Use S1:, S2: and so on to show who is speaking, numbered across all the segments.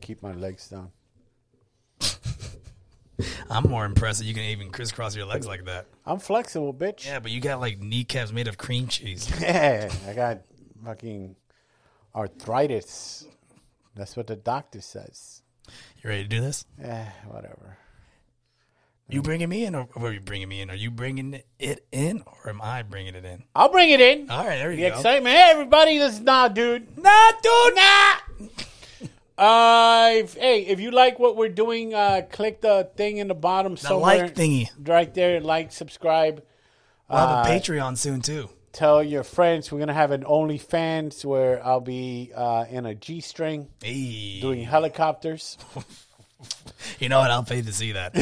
S1: keep my legs down.
S2: I'm more impressed that you can even crisscross your legs like that.
S1: I'm flexible, bitch.
S2: Yeah, but you got like kneecaps made of cream cheese.
S1: Yeah, I got fucking arthritis. That's what the doctor says.
S2: You ready to do this?
S1: Eh, whatever.
S2: You bringing me in, or what are you bringing me in? Are you bringing it in, or am I bringing it in?
S1: I'll bring it in.
S2: All right, there you
S1: the
S2: go.
S1: excitement. Hey, everybody, this is Nah Dude.
S2: Nah, dude.
S1: Nah! Uh, if, hey, if you like what we're doing, uh, click the thing in the bottom
S2: The
S1: somewhere.
S2: like thingy.
S1: Right there. Like, subscribe.
S2: We'll have a Patreon soon too.
S1: Tell your friends. We're going to have an OnlyFans where I'll be uh, in a G string
S2: Hey,
S1: doing helicopters.
S2: you know what? I'll pay to see that.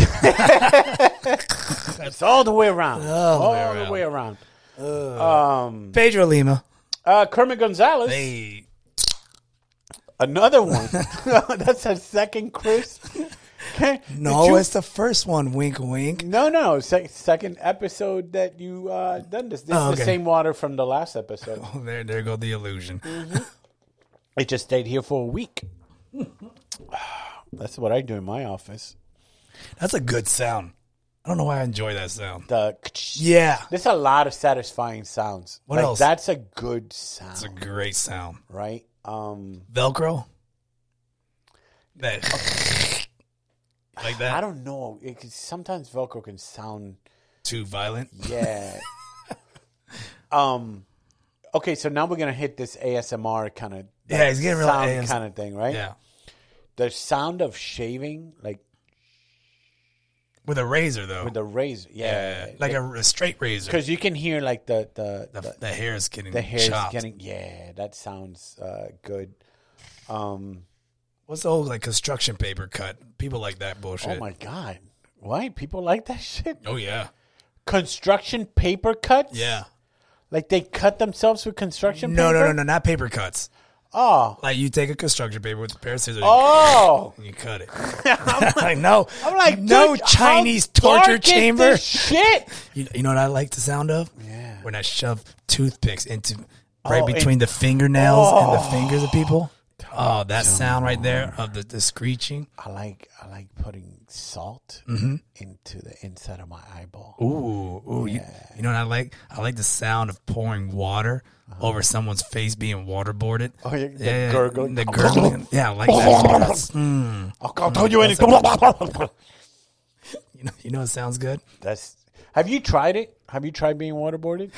S1: It's all the way around.
S2: All the way
S1: All
S2: around.
S1: the way around.
S2: Pedro Lima.
S1: Uh, Kermit Gonzalez.
S2: Hey,
S1: Another one. That's a second crisp. Okay.
S2: no,
S1: Did you-
S2: it's the first one. Wink, wink.
S1: no, no. Sec- second episode that you uh, done this. This
S2: Oh,
S1: is the
S2: okay.
S1: same water from the last episode.
S2: Oh, there, there go the illusion.
S1: It just stayed here for a week. That's what I do in my office.
S2: That's a good sound. I don't know why I enjoy that sound.
S1: The
S2: Yeah,
S1: there's a lot of satisfying sounds.
S2: What
S1: Like,
S2: else?
S1: That's a good sound,
S2: it's a great sound.
S1: right? Um,
S2: Velcro. That. like that.
S1: I don't know. It, could- sometimes Velcro can sound
S2: Too violent.
S1: Yeah. um. Okay, so now we're gonna hit this ASMR kind of
S2: Yeah, it's getting real AS-
S1: kind of thing, right?
S2: Yeah.
S1: The sound of shaving, like
S2: With a razor though.
S1: with the razor, yeah,
S2: yeah. Like a, a straight razor.
S1: because you can hear like the the
S2: the,
S1: the,
S2: the, hair is getting
S1: the hair's
S2: chopped.
S1: getting yeah. That sounds uh, good. Um.
S2: What's the old like construction paper cut? People like that bullshit.
S1: Oh my god. Why people like that shit?
S2: Oh, yeah,
S1: Construction paper cuts?
S2: yeah.
S1: Like they cut themselves with construction
S2: No,
S1: paper?
S2: no, no, no, not paper cuts.
S1: Oh.
S2: Like you take a construction paper with a pair of scissors.
S1: Oh.
S2: and you cut it. I know.
S1: I'm like
S2: no
S1: dude, how
S2: Chinese
S1: dark
S2: torture
S1: is this
S2: chamber.
S1: shit.
S2: You, you know what I like the sound of?
S1: Yeah.
S2: When I shove toothpicks into right
S1: Oh, it-
S2: between the fingernails and the fingers of people. Oh, that sound right there of the, the screeching.
S1: I like I like putting salt into the inside of my eyeball.
S2: Mm-hmm. Ooh, ooh. You, you know what I like? I like the sound of pouring water over someone's face being waterboarded.
S1: Uh-huh. Oh, yeah, the gurgling.
S2: The gurgling. yeah, I like that. Mm.
S1: I'll, I'll tell you anything.
S2: You know, you know, it sounds good.
S1: That's. Have you tried it? Have you tried being waterboarded?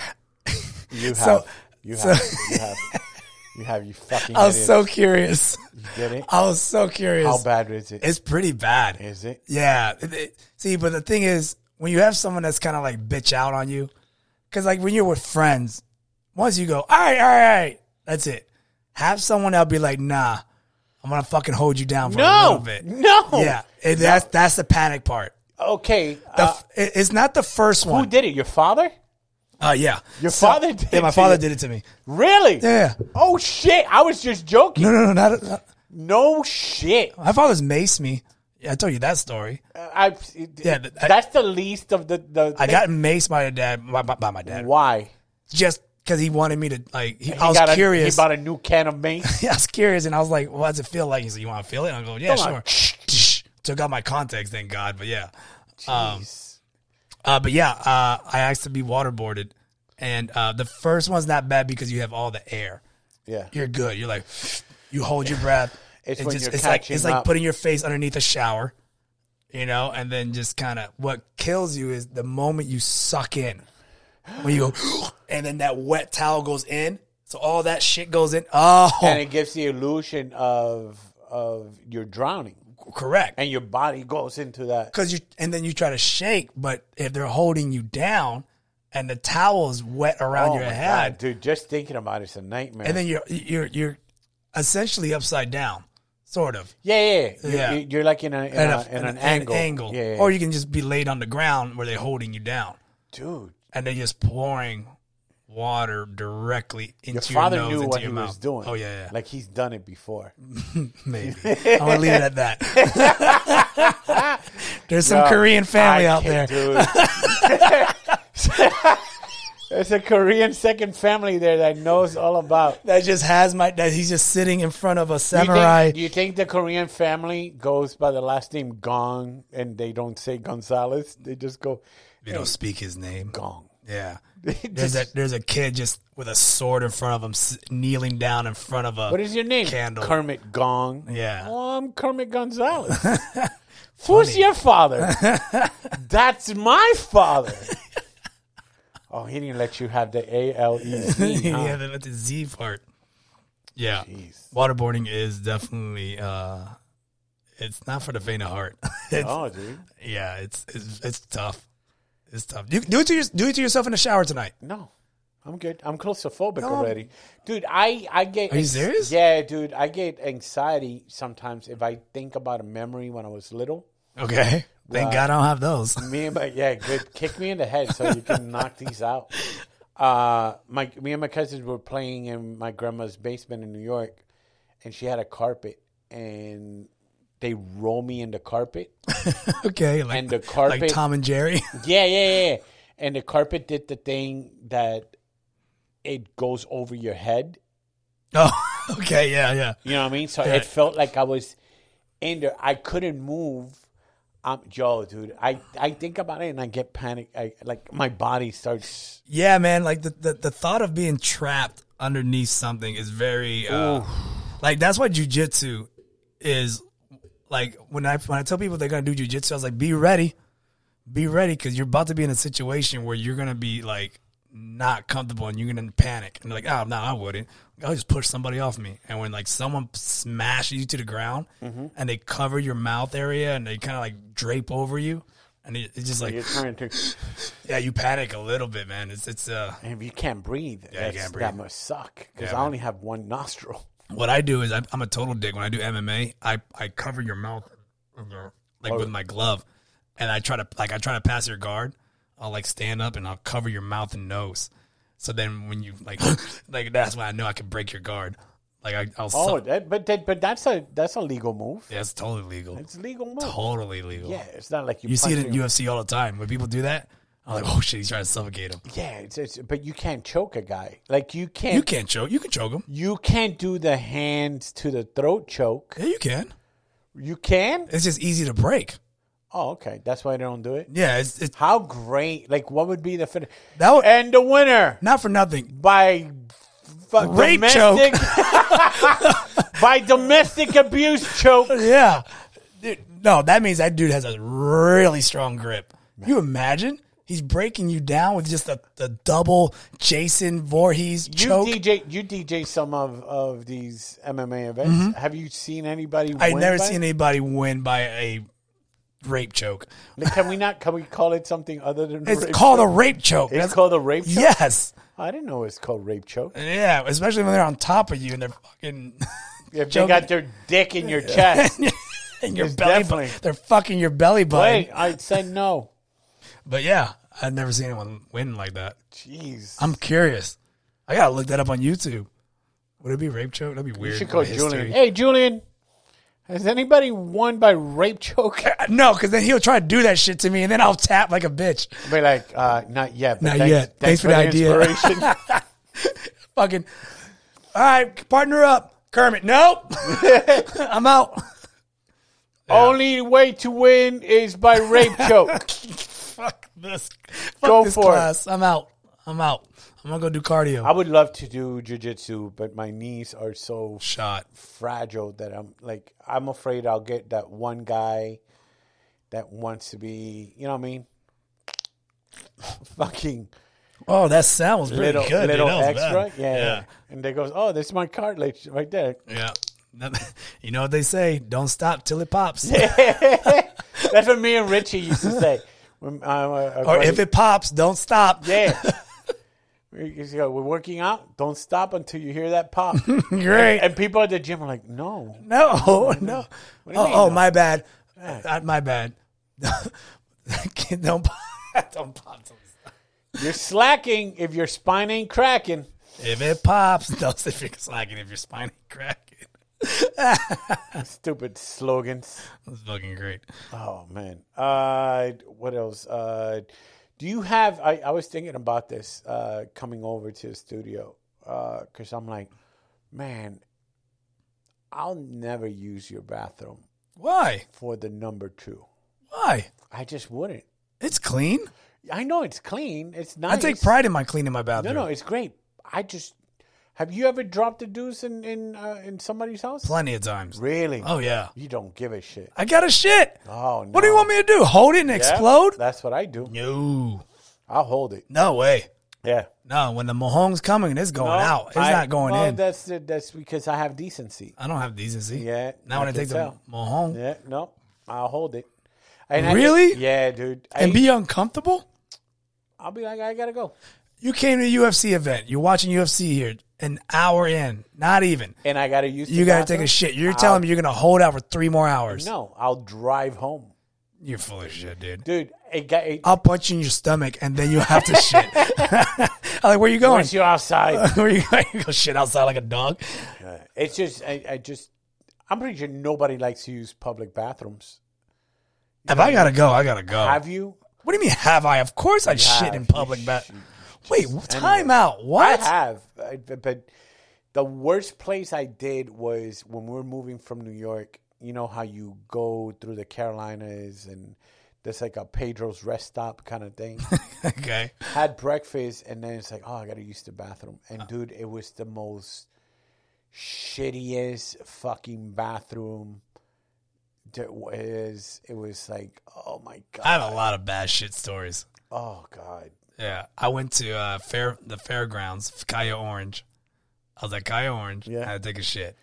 S1: You have.
S2: So-
S1: you,
S2: so-
S1: have you have. You have. You fucking.
S2: I was
S1: idiot.
S2: so curious.
S1: Get it?
S2: I was so
S1: How
S2: curious.
S1: bad is it?
S2: It's pretty bad.
S1: Is it?
S2: Yeah. It- it- see, but the thing is, when you have someone that's kind of like bitch out on you, because like when you're with friends, once you go, all right, all right, all right, that's it. Have someone that'll be like, nah, I'm gonna fucking hold you down for a little
S1: No.
S2: bit.
S1: No.
S2: Yeah, it, that's that's the panic part.
S1: Okay.
S2: The,
S1: uh,
S2: f it, it's not the first
S1: who
S2: one.
S1: did it? Your father?
S2: Uh, yeah,
S1: Your father did
S2: Yeah, my
S1: it to
S2: father
S1: you?
S2: did it to me.
S1: Really?
S2: Yeah.
S1: Oh shit! I was just joking.
S2: No, no, no, not, not
S1: No shit. Uh,
S2: my father's maced me. Yeah, I told you that story.
S1: I.
S2: Yeah, th- I-
S1: that's the least of the the.
S2: I got maced by a dad by, by, by my dad
S1: why.
S2: just because he wanted me to like. He,
S1: He
S2: I was
S1: got a-
S2: curious.
S1: he bought a new can of mace.
S2: I was curious, and I was like, "What does it feel like?" He said, "You want to feel it?" I go, "Yeah,
S1: Come
S2: sure."
S1: on.
S2: Took out my contacts, thank God. But yeah,
S1: Jeez.
S2: uh, but yeah, uh, I asked to be waterboarded, and uh, the first one's not bad because you have all the air.
S1: yeah.
S2: you're good. You're like, you hold your breath.
S1: It's
S2: It
S1: when you're
S2: it's like
S1: catching
S2: it's like
S1: up.
S2: putting your face underneath a shower, you know, and then just kind of what kills you is the moment you suck in, when you go, and then that wet towel goes in, so all that shit goes in. Oh,
S1: And it gives the illusion of of you're drowning,
S2: correct.
S1: and your body goes into that.
S2: Because you and then you try to shake, but if they're holding you down, and the towel is wet around
S1: Oh
S2: your
S1: my
S2: head,
S1: God, dude! Just thinking about it's a nightmare.
S2: and then you're you're you're essentially upside down, sort of.
S1: yeah, yeah, yeah.
S2: Yeah.
S1: You're, you're like in, a, in,
S2: And
S1: a-
S2: a-
S1: in
S2: and
S1: an
S2: a- and
S1: angle, Yeah, yeah.
S2: Or you can just be laid on the ground where they're holding you down
S1: dude.
S2: and they're just pouring water directly into
S1: Your
S2: your,
S1: father
S2: nose
S1: knew
S2: into
S1: what he
S2: your mouth.
S1: was doing.
S2: Oh yeah, yeah.
S1: like he's done it before.
S2: maybe. I'm gonna leave it at that. There's some
S1: Yo,
S2: Korean family
S1: Oh, I
S2: out there.
S1: can't- dude. There's a Korean second family there that knows all about.
S2: that just has my that he's just sitting in front of
S1: Do
S2: a
S1: you think-
S2: samurai.
S1: Do you, think, the Korean family goes by the last name Gong and they don't say Gonzalez? They just go
S2: they don't speak his name.
S1: Gong.
S2: Yeah. There's a there's a kid just with a sword in front of him, s- kneeling down in front of a.
S1: What is your name?
S2: Candle.
S1: Kermit Gong.
S2: Yeah.
S1: Oh, I'm Kermit Gonzalez. Who's your father? That's my father. oh, he didn't let you have the A L E Z. huh?
S2: yeah, that's the Z part. Yeah,
S1: Jeez.
S2: waterboarding is definitely. uh It's not for the faint of heart. it's,
S1: Oh, dude.
S2: Yeah, it's, it's it's tough. It's tough. You, do it to your, do it to yourself in the shower tonight.
S1: No, I'm good. I'm claustrophobic already, dude. I I get.
S2: Are you serious?
S1: Yeah, dude. I get anxiety sometimes if I think about a memory when I was little.
S2: Okay. Thank God I don't have those.
S1: Me and my yeah, good. Kick me in the head so you can knock these out. Uh, my me and my cousins were playing in my grandma's basement in New York, and she had a carpet, and they roll me in the carpet,
S2: okay, like
S1: and the
S2: like
S1: carpet
S2: Tom and Jerry.
S1: Yeah, yeah, yeah. And the carpet did the thing that it goes over your head.
S2: oh, okay, yeah, yeah.
S1: You know what I mean? So
S2: Yeah.
S1: it felt like I was in there. I couldn't move. Um, Joe, dude, I, I think about it and I get panic. I like my body starts.
S2: Yeah, man. Like the, the, the thought of being trapped underneath something is very uh, like that's why jujitsu is like when I when I tell people they're gonna do jujitsu, I was like, be ready, be ready, because you're about to be in a situation where you're gonna be like not comfortable and you're gonna panic and they're like, oh no, I wouldn't. I'll just push somebody off me. And when like someone smashes you to the ground and they cover your mouth area and they kind of like drape over you. And it- it's just like,
S1: You're trying to,
S2: yeah, you panic a little bit, man. It's it's uh,
S1: and if you can't breathe,
S2: you
S1: that's-
S2: can't
S1: that
S2: breathe.
S1: must suck because
S2: Yeah,
S1: I
S2: man.
S1: only have one nostril.
S2: what I do is I'm, I'm a total dick. When I do MMA, I, I cover your mouth like with my glove, and I try to like I try to pass your guard. I'll like stand up and I'll cover your mouth and nose. So then when you like like that's when I know I can break your guard. Like I, I'll
S1: Oh,
S2: suck.
S1: that, but that, but that's a that's a legal move.
S2: Yeah, it's totally legal.
S1: It's a legal move.
S2: totally legal.
S1: yeah, it's not like you.
S2: you see it
S1: punch
S2: in
S1: him.
S2: UFC all the time when people do that. I'm like, oh shit, he's trying to suffocate him.
S1: Yeah, it's, it's but you can't choke a guy. Like you can't.
S2: You can't choke. You can choke him.
S1: You can't do the hands to the throat choke.
S2: Yeah, you can.
S1: You can?
S2: It's just easy to break.
S1: Oh, okay. That's why they don't do it.
S2: Yeah, it's, it's
S1: How great! Like, what would be the finish?
S2: that. Would,
S1: And the winner
S2: not for nothing.
S1: by f-
S2: Rape
S1: domestic by domestic abuse choke.
S2: Yeah. Dude, no, that means that dude has a really strong grip. You imagine? He's breaking you down with just the, the double Jason Voorhees
S1: You
S2: choke.
S1: DJ, you DJ some of of these MMA events. Have you seen anybody?
S2: Mm-hmm. I've
S1: win
S2: never
S1: by-
S2: seen anybody win by a rape choke.
S1: Can we not? Can we call it something other than?
S2: It's
S1: rape
S2: called
S1: choke?
S2: a rape choke.
S1: It's
S2: That's-
S1: called a rape. Choke?
S2: yes.
S1: I didn't know it's called rape choke.
S2: Yeah, especially when they're on top of you and they're fucking
S1: If they
S2: Choking.
S1: got their dick in your chest,
S2: and your
S1: It's
S2: belly button.
S1: definitely-
S2: They're fucking your belly button.
S1: wait, I'd say no.
S2: But yeah, I've never seen anyone win like that.
S1: Jeez.
S2: I'm curious. I gotta look that up on YouTube. Would it be rape choke? That'd be weird.
S1: You should call
S2: for history.
S1: Julian. Hey, Julian, has anybody won by rape choke?
S2: No, because then he'll try to do that shit to me, and then I'll tap like a bitch.
S1: Be like, uh, not yet. But
S2: Not
S1: thanks,
S2: yet. Thanks for the idea.
S1: inspiration.
S2: Fucking. All right, partner up, Kermit. Nope, I'm out.
S1: Only way to win is by rape choke.
S2: Fuck this. Fuck
S1: Go
S2: this
S1: for it.
S2: class. I'm out. I'm out. I'm gonna go do cardio.
S1: I would love to do jujitsu, but my knees are so
S2: Shot.
S1: fragile that I'm like, I'm afraid I'll get that one guy that wants to be, you know what I mean? Fucking
S2: Oh, that sound was pretty
S1: little,
S2: good. dude.
S1: little
S2: That was
S1: extra,
S2: bad.
S1: yeah, yeah. And they goes, oh, this is my cartilage right there.
S2: yeah. yeah. You know what they say? Don't stop till it pops.
S1: That's what me and Richie used to say. When, uh, uh,
S2: Or if it pops, don't stop.
S1: yeah, we, you go, we're working out. Don't stop until you hear that pop.
S2: Great.
S1: and people at the gym are like, "No,
S2: No,
S1: What
S2: no.
S1: do you
S2: Oh,
S1: mean,
S2: oh,
S1: no?
S2: my bad. Uh, my bad. Kid, don't pop. Don't pop. till it's-
S1: you're slacking if your spine ain't cracking."
S2: If it pops, don't if you're slacking, if your spine ain't cracking.
S1: Stupid slogans.
S2: That's fucking great.
S1: Oh man. Uh, what else? Uh, Do you have? I, I was thinking about this uh, coming over to the studio because I'm like, man, I'll never use your bathroom
S2: Why?
S1: for the number two.
S2: Why?
S1: I just wouldn't.
S2: It's clean.
S1: I know it's clean. It's nice.
S2: I take pride in my cleaning my
S1: No,
S2: bathroom.
S1: no, it's great. I just have you ever dropped a deuce in in uh, in somebody's house?
S2: Plenty of times.
S1: Really?
S2: Oh yeah.
S1: You don't give a shit.
S2: I got a shit.
S1: Oh no.
S2: What do you want me to do? Hold it and
S1: Yeah,
S2: explode?
S1: That's what I do.
S2: No.
S1: I'll hold it.
S2: No way.
S1: Yeah.
S2: No, when the Mahong's coming, it's going out. It's
S1: I-
S2: not going
S1: well,
S2: in.
S1: That's the- that's because I have decency.
S2: I don't have decency.
S1: Yeah.
S2: Not when I
S1: can
S2: take
S1: tell.
S2: the Mahong.
S1: Yeah. No. I'll hold it. And I-
S2: Really?
S1: yeah, dude. I,
S2: And be uncomfortable?
S1: I'll be like, I gotta go,
S2: You came to a UFC event. You're watching UFC here an hour in. Not even.
S1: and I gotta use.
S2: You
S1: the
S2: gotta take
S1: bathroom.
S2: a shit. You're telling me you're gonna hold out for three more hours.
S1: No, I'll drive home,
S2: You're full of shit, dude.
S1: dude. It got, it,
S2: I'll punch you in your stomach and then you'll have to shit. I'm like, where you going?
S1: once you're outside,
S2: Where you going? You go shit outside like a dog.
S1: It's just, I, I just, I'm pretty sure nobody likes to use public bathrooms.
S2: If I gotta go, I gotta go.
S1: Have you?
S2: what do you mean have I? Of course I shit
S1: have.
S2: in
S1: You
S2: public bath.
S1: shoot.
S2: Wait, time out.
S1: I
S2: What?
S1: have, I- but, but the worst place I did was when we were moving from New York. You know how you go through the Carolinas and there's like a Pedro's rest stop kind of thing.
S2: okay.
S1: Had breakfast and then it's like, oh, I gotta use the bathroom.
S2: Uh.
S1: And dude, it was the most shittiest fucking bathroom. It was, it was like, oh my god.
S2: I have a lot of bad shit stories.
S1: Oh God.
S2: Yeah, I went to uh, fair the fairgrounds, Cayo Orange. I was at Cayo Orange.
S1: Yeah.
S2: I had to take a shit.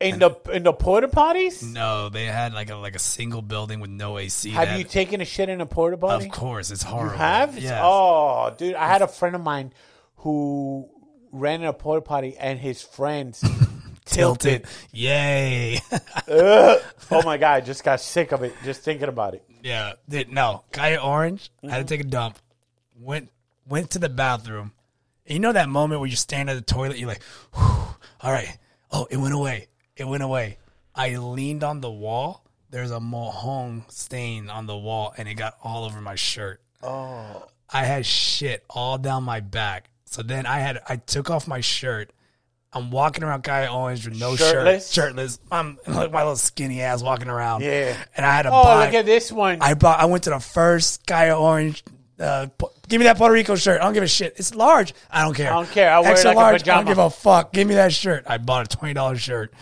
S1: In the in the porta potties?
S2: No, they had like a like a single building with no AC.
S1: Have
S2: That-
S1: you taken a shit in a porta potty?
S2: Of course, it's horrible.
S1: Have?
S2: Yeah.
S1: Oh, dude, I had a friend of mine who ran in a porta potty and his friends tilted.
S2: tilted. Yay.
S1: Ugh. Oh my God, I just got sick of it just thinking about it.
S2: yeah. Dude, no, Cayo Orange. I had to take a dump. Went went to the bathroom. And you know that moment where you stand at the toilet, you're like, "Whew, all right. Oh, it went away. It went away. I leaned on the wall. There's a mohong stain on the wall, and it got all over my shirt.
S1: Oh.
S2: I had shit all down my back. So then I had I took off my shirt. I'm walking around guy orange with no
S1: Shirtless?
S2: shirt, shirtless. I'm like my little skinny ass walking around.
S1: Yeah.
S2: and I had to
S1: Oh,
S2: buy.
S1: look at this one.
S2: I bought. I went to the first guy orange. Uh, pu- give me that Puerto Rico shirt. I don't give a shit. It's large. I don't care.
S1: I don't care. I wear it
S2: Extra
S1: like a
S2: large. I
S1: pajama.
S2: don't give a fuck. Give me that shirt. I bought a twenty dollars shirt.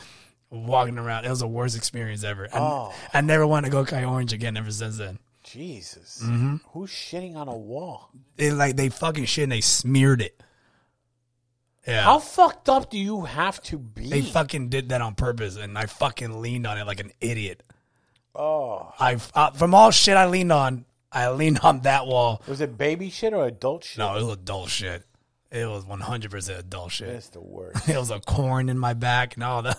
S2: Walking around, it was the worst experience ever. I,
S1: Oh.
S2: I never wanted to go guy orange again ever since then.
S1: Jesus.
S2: Mm-hmm.
S1: Who's shitting on a wall?
S2: It like they fucking shit and they smeared it. Yeah.
S1: How fucked up do you have to be?
S2: They fucking did that on purpose, and I fucking leaned on it like an idiot.
S1: oh.
S2: I uh, from all shit I leaned on, I leaned on that wall.
S1: Was it baby shit or adult shit?
S2: No, it was adult shit. It was one hundred percent adult shit.
S1: That's the worst.
S2: It was a corn in my back and all that.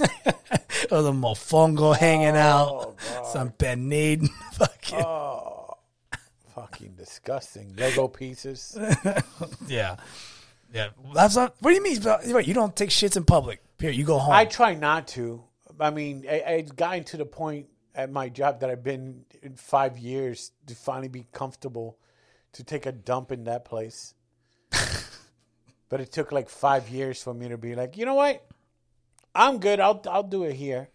S2: it was a mofongo
S1: Oh,
S2: hanging out, some panade. Fucking
S1: Fucking disgusting. Lego pieces.
S2: yeah, yeah. That's not. What do you mean? but- Wait, you don't take shits in public. Here, you go home.
S1: I try not to. I mean, I, I've gotten to the point at my job that I've been in five years to finally be comfortable to take a dump in that place. but it took like five years for me to be like, you know what? I'm good. I'll I'll do it here.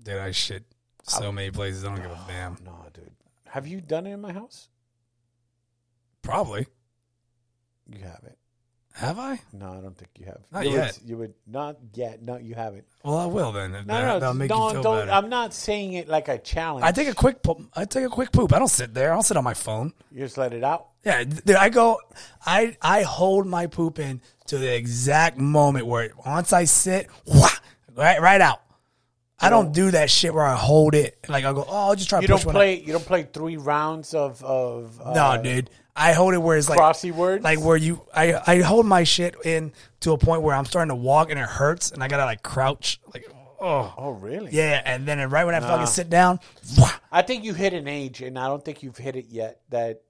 S2: Dude, I shit so many places. I don't give a damn.
S1: No, dude. Have you done it in my house?
S2: Probably
S1: You haven't.
S2: have I?
S1: No, I don't think you have.
S2: Not
S1: you
S2: yet.
S1: Would, you would not yet. No, you haven't.
S2: Well, I will then. If
S1: No,
S2: that,
S1: no,
S2: that'll make
S1: don't,
S2: you feel
S1: don't.
S2: better. i
S1: I'm not saying it like a challenge.
S2: take a quick. Po- I take a quick poop. I don't sit there. I'll sit on my phone.
S1: you just let it out.
S2: Yeah, th- I go. I I hold my poop in to the exact moment where it- once I sit, wha- right right out. I don't do that shit where I hold it. Like I go, oh, I'll just try
S1: You
S2: to
S1: don't
S2: push one. out."
S1: play. You don't play three rounds of of uh,
S2: No, dude. I hold it where it's like
S1: crossy words.
S2: like where you I, I hold my shit in to a point where I'm starting to walk and it hurts and I gotta like crouch like oh
S1: oh, really?
S2: yeah and then right when I fucking sit down wha-
S1: I think you hit an age, and I don't think you've hit it yet. That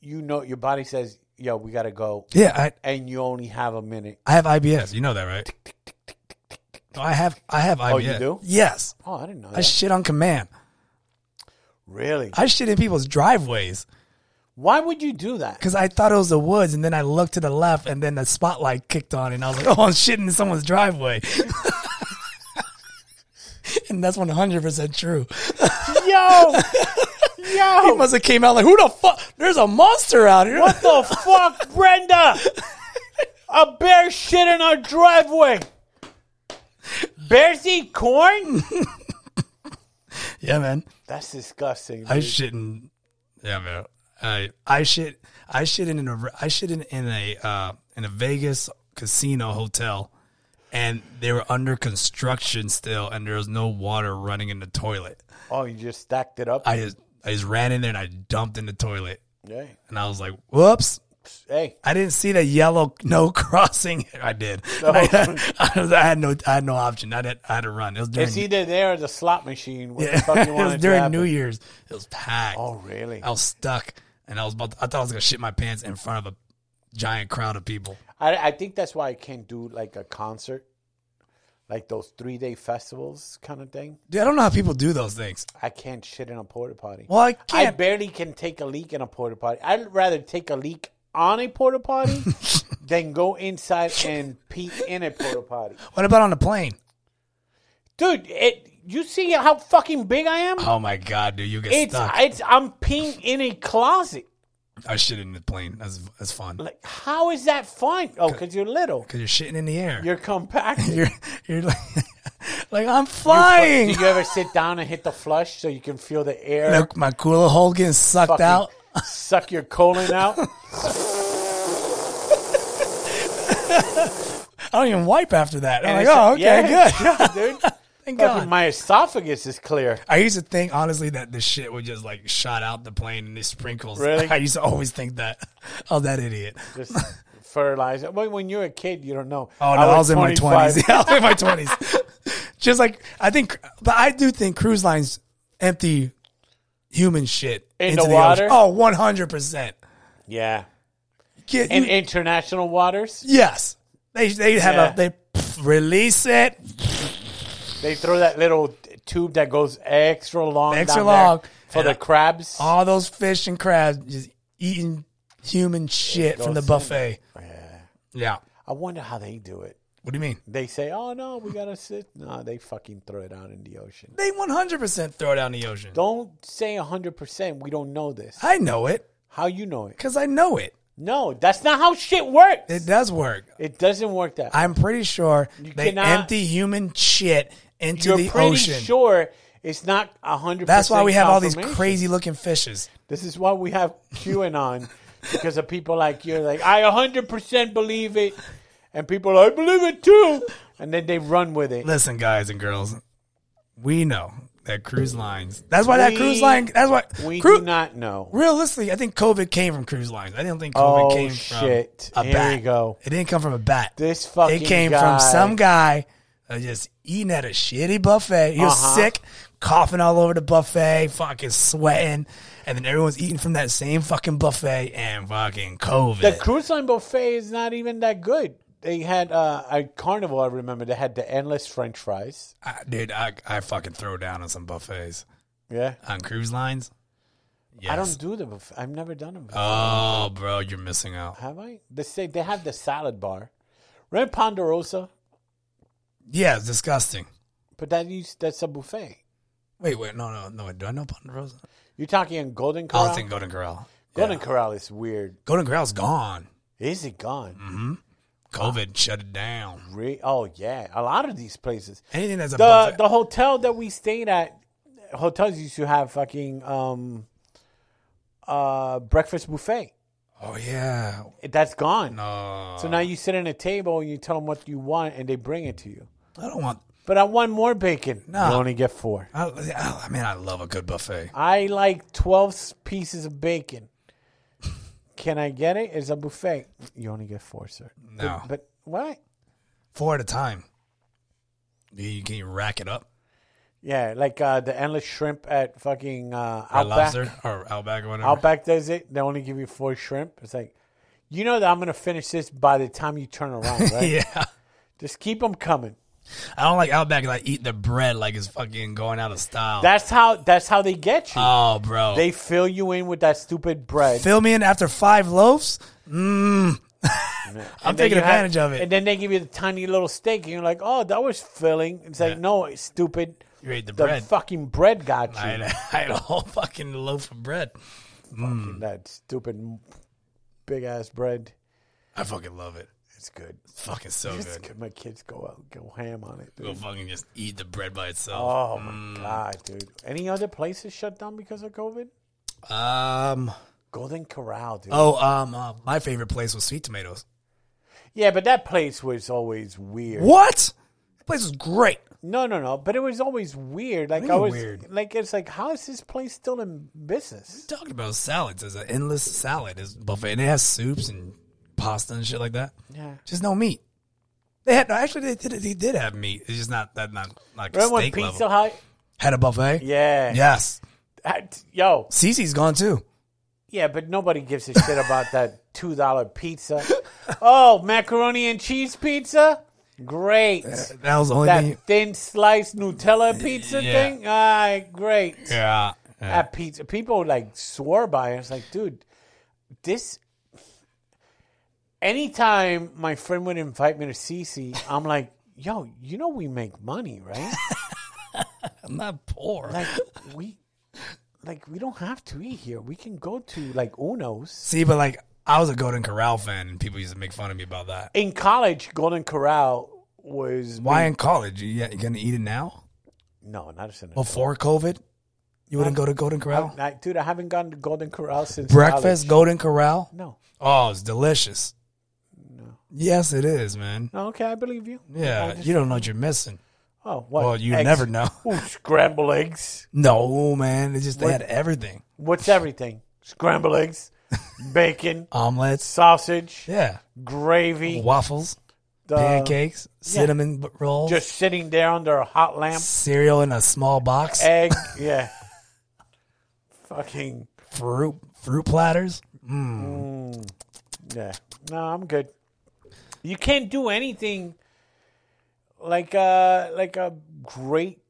S1: you know your body says, "Yo, we gotta go,"
S2: yeah I
S1: and you only have a minute.
S2: I have IBS you know that right No, I have I have IBS
S1: you do?
S2: yes
S1: Oh, I didn't know
S2: I
S1: that.
S2: shit on command
S1: Really?
S2: I shit in people's driveways
S1: Why would you do that?
S2: because I thought it was the woods, and then I looked to the left, and then the spotlight kicked on, and I was like, "Oh, I'm shitting in someone's driveway." and that's one hundred percent true.
S1: Yo,
S2: He
S1: yo,
S2: must have came out like, "Who the fuck? There's a monster out here."
S1: what the fuck, Brenda? A bear shit in our driveway. Bears eat corn?
S2: Yeah, man.
S1: That's disgusting.
S2: I
S1: dude.
S2: shouldn't. Yeah, man. I I shit I shit in a I shit in, in a uh, in a Vegas casino hotel, and they were under construction still, and there was no water running in the toilet.
S1: oh, you just stacked it up.
S2: I just I just ran in there and I dumped in the toilet,
S1: hey,
S2: and I was like, "Whoops."
S1: hey,
S2: I didn't see the yellow no crossing. I did. I, had, I was- I had no. I had no option. I had, I had to run. It was during.
S1: it's either there or the slot machine. What the fuck
S2: it
S1: you
S2: was
S1: want
S2: during
S1: to
S2: New Year's. It was packed.
S1: Oh, really?
S2: I was stuck, and I was about. To, I thought I was gonna shit my pants in front of a giant crowd of people.
S1: I, I think that's why I can't do like a concert, like those three day festivals kind of thing.
S2: Dude, I don't know how people do those things.
S1: I can't shit in a porta potty.
S2: Well, I
S1: I
S2: can't.
S1: barely can take a leak in a porta potty. I'd rather take a leak on a porta potty than go inside and pee in a porta potty.
S2: what about on the plane?
S1: Dude, it you see how fucking big I am?
S2: Oh my god, dude, you get
S1: It's
S2: stuck. I,
S1: it's I'm peeing in a closet.
S2: shit in the plane. That's that's fun
S1: Like how is that fun? Oh, cuz you're little.
S2: because you're shitting in the air. You're
S1: You're compacted.
S2: you're, like, like I'm flying.
S1: Do you ever sit down and hit the flush so you can feel the air
S2: Look, my cooler hole getting sucked
S1: fucking
S2: out.
S1: suck your colon out?
S2: I don't even wipe after that. I'm
S1: And
S2: like,
S1: it's-
S2: oh, okay,
S1: yeah,
S2: good.
S1: yeah, dude.
S2: Thank
S1: Fucking
S2: God.
S1: my esophagus is clear.
S2: I used to think honestly that the shit would just like shot out the plane and the sprinkles.
S1: Really?
S2: I used to always think that. Oh, that idiot.
S1: just fertilizer. Well, when you're a kid, you don't know.
S2: Oh no, I was, in my
S1: 25.
S2: twenties. Yeah, I was in my twenties. Just like I think, but I do think cruise lines empty human shit
S1: In the water?
S2: ocean. Oh, one hundred percent.
S1: yeah,
S2: Get
S1: in
S2: you-
S1: international waters,
S2: yes, they they have
S1: Yeah.
S2: a they release it
S1: they throw that little tube that goes extra long,
S2: Extra
S1: down there
S2: long. Oh.
S1: for the crabs.
S2: all those fish and crabs just eating human shit from the buffet. Yeah.
S1: I wonder how they do it.
S2: What do you mean?
S1: They say, "Oh no, we gotta sit." No, they fucking throw it out in the ocean.
S2: They one hundred percent throw it out in the ocean.
S1: Don't say hundred percent. We don't know this.
S2: I know it
S1: How you know it?
S2: because I know it.
S1: No, that's not how shit works.
S2: It does work.
S1: It doesn't work that.
S2: I'm pretty sure they
S1: cannot-
S2: empty human shit into
S1: You're
S2: the
S1: pretty
S2: ocean.
S1: sure it's not hundred.
S2: That's why we have all these crazy looking fishes.
S1: This is why we have QAnon because of people like you. Like I 100% believe it, and people are, I believe it too, and then they run with it.
S2: Listen, guys and girls, we know that cruise lines. That's why that cruise line. That's why.
S1: We
S2: cru-
S1: do not know.
S2: realistically, I think COVID came from cruise lines. I don't think COVID
S1: Oh
S2: came
S1: shit!
S2: from a
S1: Here
S2: bat.
S1: we go.
S2: It didn't come from a bat.
S1: This fucking
S2: it came
S1: guy.
S2: from some guy that just eating at a shitty buffet. He was
S1: Uh-huh.
S2: sick, coughing all over the buffet, fucking sweating, and then everyone's eating from that same fucking buffet and fucking COVID.
S1: The cruise line buffet is not even that good. They had uh, a carnival. I remember they had the endless French fries.
S2: I, dude, I, I fucking throw down on some buffets
S1: Yeah,
S2: on cruise lines. Yes.
S1: I don't do the buffet. I've never done a buffet.
S2: Oh, bro, you're missing out.
S1: have I? They say they have the salad bar. Remember Ponderosa?
S2: Yeah, it's disgusting.
S1: But that used, that's a buffet.
S2: Wait, wait, no, no, no. Do I know Ponderosa?
S1: You're talking in Golden
S2: I
S1: Corral.
S2: don't think Golden Corral.
S1: Golden Corral is weird.
S2: Golden Corral's gone.
S1: Is it gone?
S2: COVID shut it down.
S1: Re- oh yeah, a lot of these places.
S2: Anything that's a
S1: The
S2: buffet.
S1: the hotel that we stayed at, hotels used to have fucking um, uh, breakfast buffet.
S2: oh yeah.
S1: That's gone.
S2: No.
S1: So now you sit at a table and you tell them what you want and they bring it to you.
S2: I don't want.
S1: But I want more bacon.
S2: No.
S1: You only get four.
S2: I, I I mean, I love a good buffet.
S1: I like twelve s- pieces of bacon. Can I get it? It's a buffet. You only get four, sir.
S2: No.
S1: But, but what?
S2: Four at a time. You, you can rack it up.
S1: Yeah, like uh, the endless shrimp at fucking uh,
S2: Red
S1: Outback.
S2: lobster or Outback or whatever.
S1: Outback does it. They only give you four shrimp. It's like, you know that I'm gonna finish this by the time you turn around, right?
S2: yeah.
S1: Just keep them coming.
S2: I don't like Outback. 'cause I eat the bread like it's fucking going out of style.
S1: That's how. That's how they get you.
S2: oh, bro.
S1: they fill you in with that stupid bread.
S2: fill me in after five loaves. Mmm. I'm
S1: And then
S2: taking
S1: you have-
S2: advantage of it.
S1: And then they give you the tiny little steak, and you're like, "Oh, that was filling." It's like, no, it's stupid.
S2: You ate the
S1: The
S2: bread.
S1: fucking bread got you.
S2: I had, I had a whole fucking loaf of bread. Mm.
S1: Fucking That stupid big ass bread.
S2: I fucking love it.
S1: It's good.
S2: It's fucking so
S1: It's
S2: good.
S1: good. My kids go out, go ham on it. dude.
S2: Go fucking just eat the bread by itself.
S1: Oh
S2: Mm.
S1: my god, dude! Any other places shut down because of COVID?
S2: Um.
S1: Golden Corral, dude.
S2: Oh, um. Uh, my favorite place was Sweet Tomatoes.
S1: Yeah, but that place was always weird.
S2: What? That place was great.
S1: No, no, no. But it was always weird. Like
S2: do you
S1: I was
S2: mean weird?
S1: like, it's like, how is this place still in business?
S2: Talking about salads, there's an endless salad there's a buffet, and they have soups and pasta and shit like that.
S1: Yeah.
S2: Just no meat. They had no, actually they did they did have meat. It's just not that not like
S1: Remember when
S2: steak
S1: Pizza
S2: level.
S1: Hut?
S2: Had a buffet.
S1: Yeah.
S2: Yes.
S1: That- yo.
S2: Cece's gone too.
S1: Yeah, but nobody gives a shit about that two dollar pizza. Oh, macaroni and cheese pizza. Great.
S2: That was the only thing.
S1: That thin sliced Nutella pizza
S2: Uh, Yeah.
S1: thing. All right, great.
S2: Yeah. yeah.
S1: That pizza. People like swore by it. It's like, dude, this. Anytime my friend would invite me to CC, I'm like, yo, you know we make money, right?
S2: I'm not poor.
S1: Like we, like we don't have to eat here. We can go to like Uno's.
S2: See, but like I was a Golden Corral fan, and people used to make fun of me about that.
S1: In college, Golden Corral was
S2: Why in college? You, you gonna eat it now?
S1: no, not as an adult.
S2: Before COVID, you wouldn't go to Golden Corral.
S1: I- dude, I haven't gone to Golden Corral since
S2: Breakfast
S1: college.
S2: Golden Corral.
S1: No,
S2: Oh, it's delicious. Yes, it is, man.
S1: no, okay, I believe you. I
S2: Yeah,
S1: just-
S2: you don't know what you're missing.
S1: oh, what?
S2: Well, you
S1: Eggs?
S2: never know.
S1: Ooh, scrambled eggs.
S2: No, man. It's just they had everything.
S1: What's everything? Scrambled eggs, bacon,
S2: Omelets.
S1: sausage,
S2: Yeah.
S1: gravy,
S2: Waffles,
S1: the-
S2: Oh, pancakes, cinnamon b- rolls,
S1: Uh, just sitting there under a hot lamp,
S2: cereal in a small box,
S1: egg, yeah. Fucking
S2: fruit fruit platters.
S1: yeah. No, I'm good. You can't do anything like uh like a great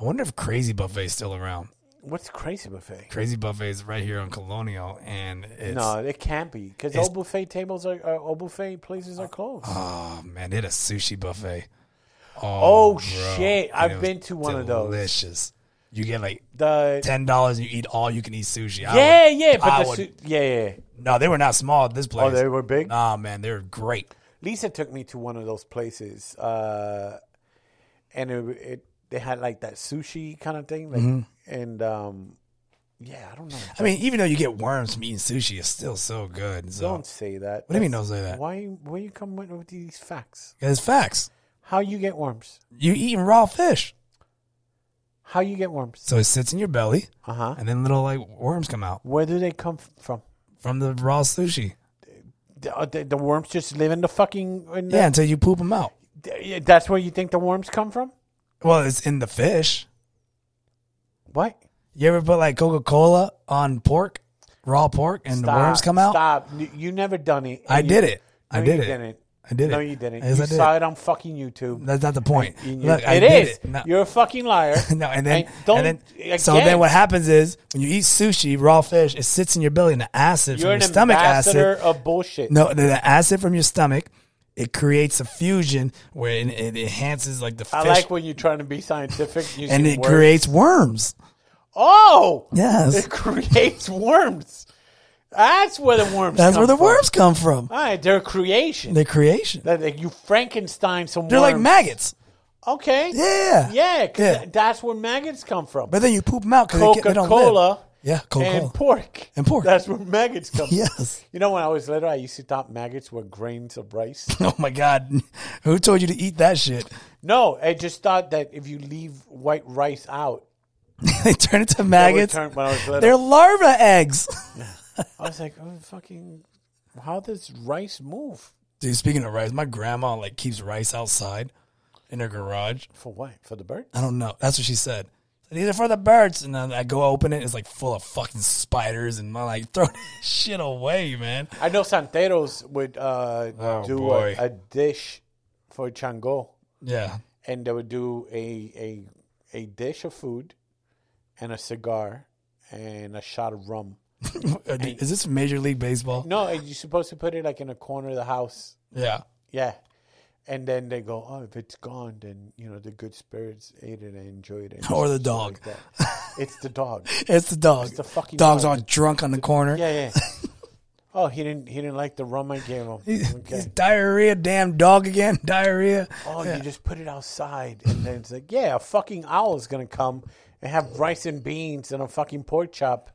S2: I wonder if Crazy Buffet's still around.
S1: what's crazy buffet?
S2: Crazy Buffet's right here on Colonial, and it's
S1: no, it can't be because all buffet tables are uh, all buffet places are closed.
S2: oh man, they had a sushi buffet.
S1: oh
S2: bro.
S1: shit!
S2: And it
S1: I've
S2: was
S1: been to one of those.
S2: Delicious. You get like
S1: The
S2: ten dollars and you eat all you can eat sushi. I
S1: yeah,
S2: would-
S1: yeah, but
S2: I
S1: the
S2: would-
S1: su- yeah, yeah, yeah.
S2: no, they were not small. This
S1: Oh,
S2: place.
S1: they were big.
S2: Nah, man, they were great.
S1: Lisa took me to one of those places, uh, and it, it they had like that sushi kind of thing, like,
S2: Mm-hmm.
S1: and um, yeah, I don't know.
S2: I mean, even though you get worms from eating sushi, it's still so good. So
S1: Don't say that.
S2: What do you mean don't say that?
S1: Why? Where you come with, with these facts?
S2: it's facts.
S1: How you get worms?
S2: You eating raw fish,
S1: How you get worms?
S2: so it sits in your belly,
S1: Uh huh.
S2: and then little like worms come out
S1: Where do they come f- from?
S2: from the raw sushi.
S1: The, uh, the, the worms just live in the fucking. In
S2: Yeah,
S1: the,
S2: until you poop them out.
S1: yeah. That's where you think the worms come from?
S2: Well, it's in the fish.
S1: What?
S2: You ever put like Coca Cola on pork, raw pork, and the worms come out?
S1: Stop. You, you never done it.
S2: I
S1: And
S2: did
S1: you-
S2: it.
S1: No,
S2: I did
S1: you
S2: it.
S1: Didn't.
S2: I did it.
S1: No, you didn't.
S2: Yes,
S1: you
S2: I did.
S1: saw it on fucking YouTube.
S2: That's not the point.
S1: And you-
S2: Look, I
S1: it
S2: did
S1: is.
S2: it. No.
S1: You're a fucking liar.
S2: No, and then,
S1: don't.
S2: and then so then what happens is when you eat sushi, raw fish, it sits in your belly, and the acid
S1: You're
S2: from
S1: an
S2: your stomach
S1: ambassador
S2: acid.
S1: of bullshit.
S2: No, the, the acid from your stomach, it creates a fusion where it, it enhances like the fish,
S1: I like when you're trying to be scientific. You
S2: and
S1: see
S2: it
S1: worms.
S2: creates worms.
S1: Oh,
S2: Yes,
S1: it creates worms. That's where the worms.
S2: that's
S1: come
S2: where the
S1: from.
S2: worms come from.
S1: All right, their creation.
S2: The creation.
S1: That- that you Frankenstein some.
S2: They're like
S1: worms.
S2: maggots.
S1: Okay.
S2: Yeah.
S1: Yeah, 'cause
S2: Yeah.
S1: th- that's where maggots come from.
S2: But then you poop them out because they,
S1: Coca
S2: don't live.
S1: Cola.
S2: Yeah, Coca Cola.
S1: and pork.
S2: And pork.
S1: That's where maggots come.
S2: Yes.
S1: You know, when I was little, I used to thought maggots were grains of rice.
S2: Oh my God. Who told you to eat that shit?
S1: no, I just thought that if you leave white rice out,
S2: they turn into
S1: it would
S2: maggots.
S1: turn- when I was little,
S2: They're larva eggs.
S1: I was like, oh, fucking, how does rice move?
S2: Dude, speaking of rice, my grandma like keeps rice outside in her garage.
S1: For what? For the bird?
S2: I don't know. That's what she said. These are for the birds. And then I go open it. It's like full of fucking spiders. And I'm like, throw this shit away, man.
S1: I know Santeros would uh,
S2: Oh,
S1: do
S2: boy.
S1: a, a dish for Chango.
S2: Yeah.
S1: and they would do a a a dish of food, and a cigar, and a shot of rum.
S2: Is this Major League Baseball?
S1: No, and you're supposed to put it like in a corner of the house.
S2: Yeah.
S1: Yeah. And then they go, oh, if it's gone, then you know the good spirits ate it and enjoyed it,
S2: Or the
S1: Something
S2: dog.
S1: like that. it's the dog.
S2: It's the dog.
S1: the fucking
S2: Dog's
S1: dog.
S2: all drunk on the corner.
S1: Yeah, yeah. Oh, he didn't. He didn't like the rum I gave him.
S2: He's
S1: Okay.
S2: diarrhea, damn dog again. Diarrhea.
S1: Oh, you just put it outside, and then it's like, yeah, a fucking owl's gonna come and have rice and beans and a fucking pork chop,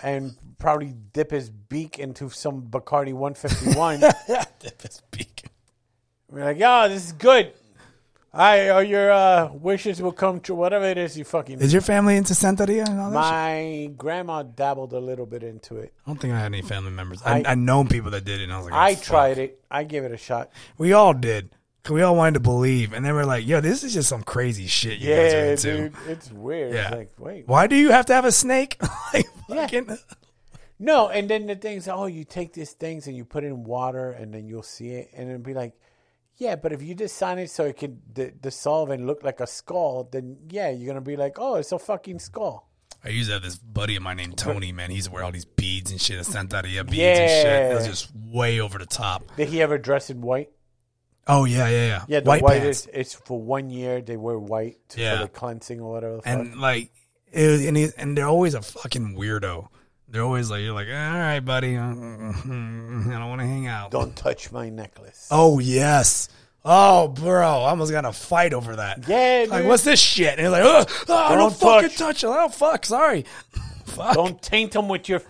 S1: and probably dip his beak into some Bacardi 151.
S2: That's big.
S1: We're like, oh, this is good. I or your uh, wishes will come true. Whatever it is, you fucking.
S2: Is your family into Santeria and all that shit?
S1: My grandma dabbled a little bit into it.
S2: I don't think I had any family members. I,
S1: I-
S2: I, known people that did it, and I was like,
S1: I
S2: oh, fuck.
S1: tried it. I gave it a shot.
S2: We all did. Cause we all wanted to believe, and then we're like, "Yo, this is just some crazy shit you guys are
S1: Yeah,
S2: into."
S1: dude, it's weird.
S2: Yeah.
S1: Like, wait,
S2: Why do you have to have a snake? like, fucking-
S1: no. And then the things, oh, you take these things and you put it in water, and then you'll see it, and it'll be like, yeah, but if you design it so it can d- dissolve and look like a skull, then yeah, you're gonna be like, oh, it's a fucking skull.
S2: I used to have this buddy of mine named Tony. Man, he used to wear all these beads and shit, the Santeria beads and shit.
S1: Yeah.
S2: It was just way over the top.
S1: Did he ever dress in white?
S2: Oh yeah, yeah, yeah.
S1: Yeah, the white, is it's for one year they wear white to,
S2: Yeah.
S1: for the cleansing or whatever. the fuck.
S2: and like it was, and, he, and they're always a fucking weirdo. They're always like, you're like, all right, buddy, uh, mm, I don't want to hang out.
S1: Don't touch my necklace.
S2: Oh yes. Oh, bro, I almost got in a fight over that.
S1: Yeah,
S2: Like,
S1: dude.
S2: what's this shit? And they're like, oh, oh, I don't,
S1: Don't
S2: fucking
S1: touch.
S2: touch it. Oh, fuck, sorry. fuck.
S1: Don't taint them with your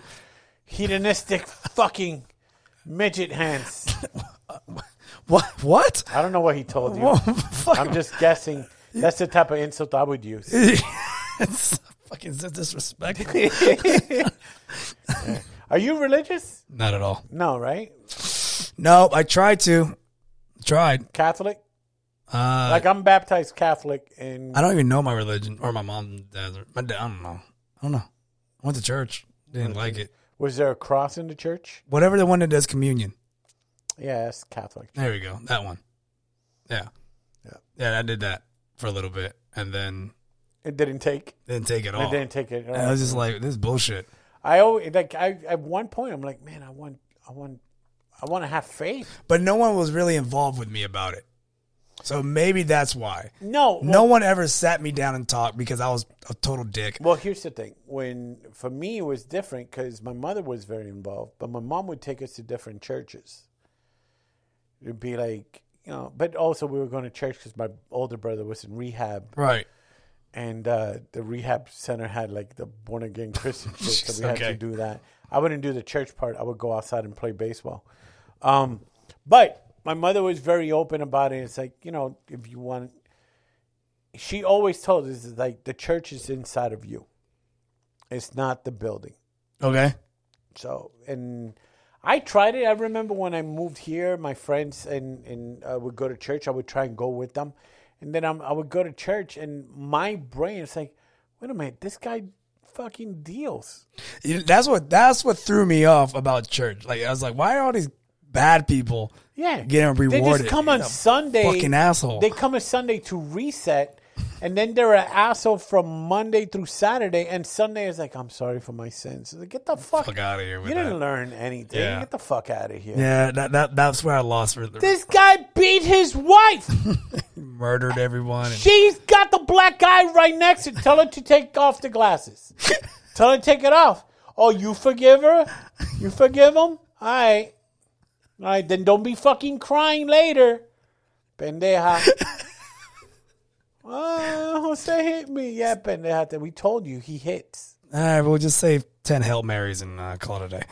S1: hedonistic fucking midget hands.
S2: What? What?
S1: I don't know what he told you.
S2: Whoa, fuck.
S1: I'm just guessing. That's the type of insult I would use.
S2: it's fucking so disrespectful.
S1: Are you religious?
S2: Not at all.
S1: No, right?
S2: No, I tried to. Tried.
S1: Catholic?
S2: Uh,
S1: Like I'm baptized Catholic and
S2: I don't even know my religion or my mom and dad's. My dad, I don't know. I don't know. I went to church. Didn't like it.
S1: was there a cross in the church?
S2: Whatever the one that does communion.
S1: Yeah, that's Catholic.
S2: There we go. That one. Yeah.
S1: Yeah.
S2: Yeah, I did that for a little bit and then
S1: It didn't take.
S2: didn't take it
S1: It
S2: all.
S1: didn't take it.
S2: And I was just like, this is bullshit.
S1: I always like I at one point I'm like, man, I want I want I want to have faith.
S2: But no one was really involved with me about it. So maybe that's why.
S1: No,
S2: No one ever sat me down and talked because I was a total dick.
S1: Well, here's the thing. When for me it was different because my mother was very involved, but my mom would take us to different churches. It'd be like you know, but also we were going to church because my older brother was in rehab,
S2: Right.
S1: and uh, the rehab center had like the born again Christian shit, so we
S2: Okay.
S1: had to do that. I wouldn't do the church part. I would go outside and play baseball. Um, but my mother was very open about it. It's like you know, if you want, she always told us it's like the church is inside of you. It's not the building.
S2: Okay.
S1: So, and I tried it. I remember when I moved here, my friends and and uh, would go to church. I would try and go with them, and then I'm, I would go to church, and my brain is like, wait a minute, this guy fucking deals.
S2: You- That's what that's what threw me off about church. Like I was like, why are all these bad people
S1: Yeah,
S2: getting rewarded?
S1: They just come on
S2: Yeah.
S1: Sunday,
S2: fucking asshole.
S1: They come on Sunday to reset. And then they're an asshole from Monday through Saturday, and Sunday is like, "I'm sorry for my sins." Like, get the fuck,
S2: Fuck outta here with
S1: you
S2: that.
S1: didn't learn anything.
S2: Yeah.
S1: Get the fuck out of here.
S2: Yeah, that, that that's where I lost for the
S1: This guy beat his wife.
S2: murdered everyone. And,
S1: She's got the black eye right next to. Tell her to take off the glasses. Tell her to take it off. Oh, you forgive her? You forgive him? All right. All right, then don't be fucking crying later. Pendeja. Oh, Jose hit me. Yeah, pendeja. We told you he hits.
S2: all right, ah, we'll just save ten Hail Marys and uh, call it a day.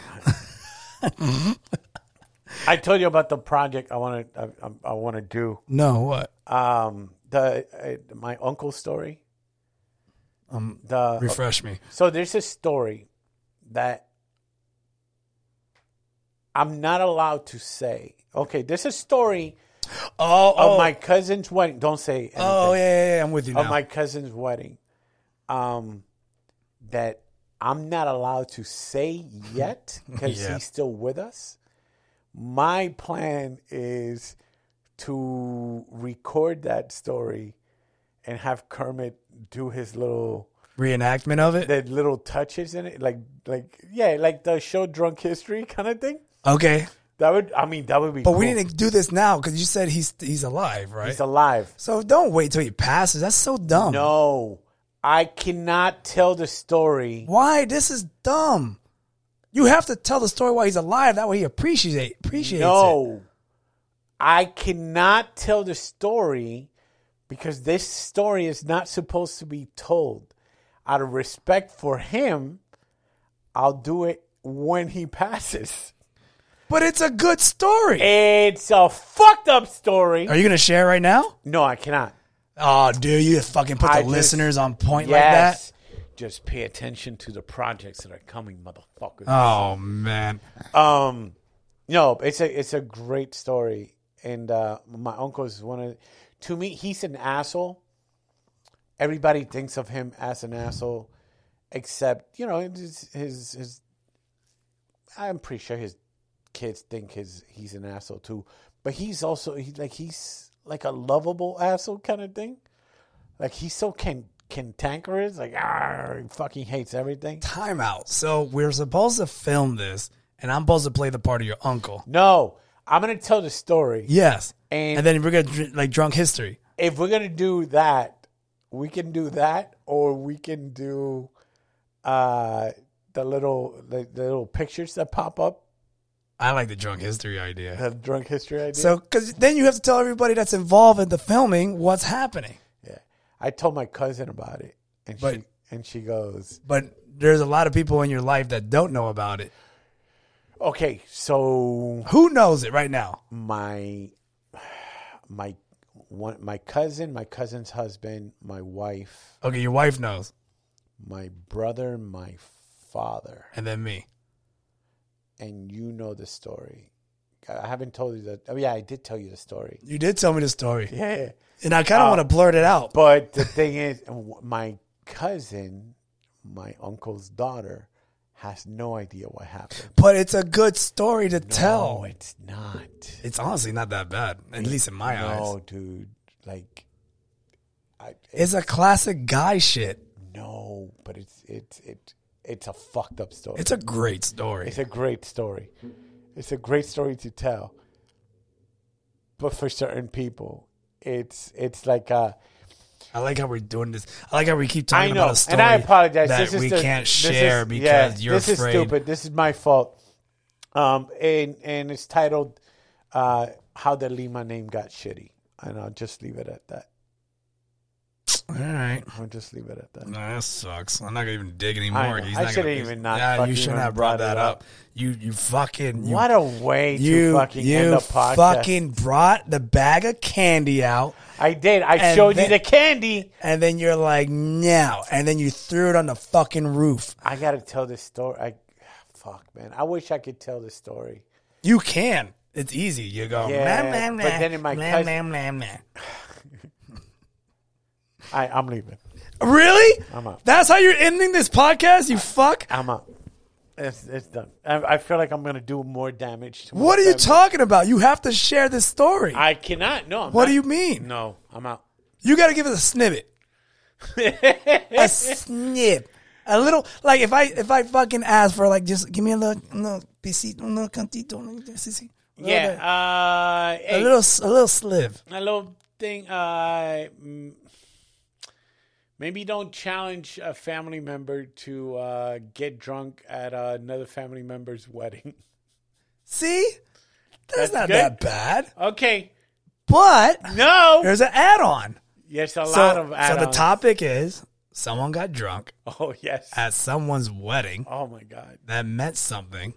S1: I told you about the project I want to I, I, I want to do.
S2: No, what?
S1: Um, the uh, my uncle's story.
S2: Um,
S1: The
S2: Refresh me.
S1: So there's a story that I'm not allowed to say. Okay, there's a story
S2: Oh,
S1: of
S2: oh
S1: my cousin's wedding. Don't say anything.
S2: Oh yeah, yeah, yeah, I'm with you now.
S1: Of my cousin's wedding. Um that I'm not allowed to say yet because
S2: Yeah.
S1: he's still with us. My plan is to record that story and have Kermit do his little
S2: Reenactment of it.
S1: the little touches in it, like like yeah, like the show Drunk History kind of thing.
S2: Okay,
S1: That would I mean that would be.
S2: but we
S1: cool.
S2: need to do this now because you said he's he's alive, right?
S1: He's alive.
S2: so don't wait till he passes. That's so dumb.
S1: No, I cannot tell the story.
S2: Why? This is dumb. You have to tell the story while he's alive. That way he appreciate appreciates it.
S1: No, I cannot tell the story because this story is not supposed to be told. Out of respect for him, I'll do it when he passes.
S2: But it's a good story.
S1: It's a fucked up story.
S2: Are you gonna share right now?
S1: No, I cannot.
S2: Oh, dude, you fucking put the
S1: I just-
S2: listeners on point
S1: Yes. Just pay attention to the projects that are coming, motherfuckers.
S2: like that. Oh man,
S1: Um, no, it's a it's a great story, and uh, my uncle is one of. To me, he's an asshole. Everybody thinks of him as an asshole, except you know his his. his I'm pretty sure his kids think his he's an asshole too, but he's also he, like he's like a lovable asshole kind of thing. Like he's so can cantankerous, like "Arr," he fucking hates everything.
S2: timeout. So we're supposed to film this, and I'm supposed to play the part of your uncle.
S1: No, I'm gonna tell the story.
S2: Yes,
S1: And-
S2: and, then we're gonna dr- like drunk history.
S1: if we're gonna do that, we can do that, or we can do uh, the little the, the little pictures that pop up,
S2: I like the drunk history idea.
S1: the drunk history idea.
S2: So, because then you have to tell everybody that's involved in the filming what's happening.
S1: yeah, I told my cousin about it, and she
S2: But-
S1: and she goes,
S2: But there's a lot of people in your life that don't know about it.
S1: "Okay, so
S2: Who knows it right now?
S1: my my one my cousin, my cousin's husband, my wife,
S2: Okay, your wife knows,
S1: my brother, my father,
S2: and then me.
S1: and you know the story." I haven't told you that. Oh yeah, I did tell you the story.
S2: You did tell me the story,
S1: Yeah.
S2: and I
S1: Uh,
S2: kind of want to blurt it out.
S1: But the thing is, my cousin, my uncle's daughter, has no idea what happened.
S2: But it's a good story to tell.
S1: No, it's not.
S2: It's honestly not that bad, at least in my eyes.
S1: No, dude. Like, I,
S2: It's a classic guy shit.
S1: no, but it's it's it it's a fucked up story.
S2: It's a great story.
S1: It's a great story. It's a great story to tell. But for certain people, it's it's like uh
S2: I like how we're doing this. I like how we keep talking
S1: I know,
S2: about a story
S1: and I apologize.
S2: that
S1: this is
S2: we
S1: the-
S2: can't
S1: this
S2: share
S1: is- yeah,
S2: because you're
S1: this
S2: afraid.
S1: is stupid. This is my fault. Um, and and it's titled uh, "How the Lima Name Got Shitty," and I'll just leave it at that.
S2: All right.
S1: I'll just leave it at that.
S2: No, that sucks. I'm not gonna even dig
S1: I
S2: anymore.
S1: know.
S2: He's
S1: I
S2: not
S1: should've
S2: gonna,
S1: even not
S2: Yeah,
S1: fucking
S2: you shouldn't
S1: even
S2: have brought
S1: brought it
S2: that up. You you fucking you,
S1: what a way
S2: you
S1: to fucking
S2: you
S1: end a podcast.
S2: fucking brought the bag of candy out,
S1: I did. I
S2: and
S1: showed you
S2: then-
S1: the candy.
S2: and then you're like no, and then you threw it on the fucking roof.
S1: I gotta tell this story. I fuck, man. I wish I could tell this story.
S2: You can. It's easy. You go.
S1: Yeah,
S2: "Nah, nah,
S1: but
S2: nah,
S1: then in my
S2: nah,
S1: cous-
S2: nah, nah, nah."
S1: I, I'm leaving.
S2: Really?
S1: I'm out.
S2: That's how you're ending this podcast. You fuck.
S1: I'm out. It's, it's done. I, I feel like I'm gonna do more damage. To
S2: What are you
S1: myself.
S2: talking about? You have to share this story.
S1: I cannot. No. I'm
S2: What
S1: not.
S2: do you mean?
S1: No, I'm out.
S2: You got to give us a snippet. a snip. A little like if I if I fucking ask for like just give me a little no pisito no cantito no, this is-
S1: Yeah. Uh,
S2: A
S1: hey,
S2: little a little slip.
S1: a little thing. Uh, mm, maybe don't challenge a family member to uh, get drunk at uh, another family member's wedding.
S2: See? That's,
S1: That's
S2: not
S1: good.
S2: that bad.
S1: Okay.
S2: But
S1: No.
S2: there's an add-on.
S1: Yes, a
S2: So,
S1: lot of
S2: so
S1: add
S2: the topic is someone got drunk
S1: Oh yes.
S2: at someone's wedding
S1: Oh my God.
S2: that meant something,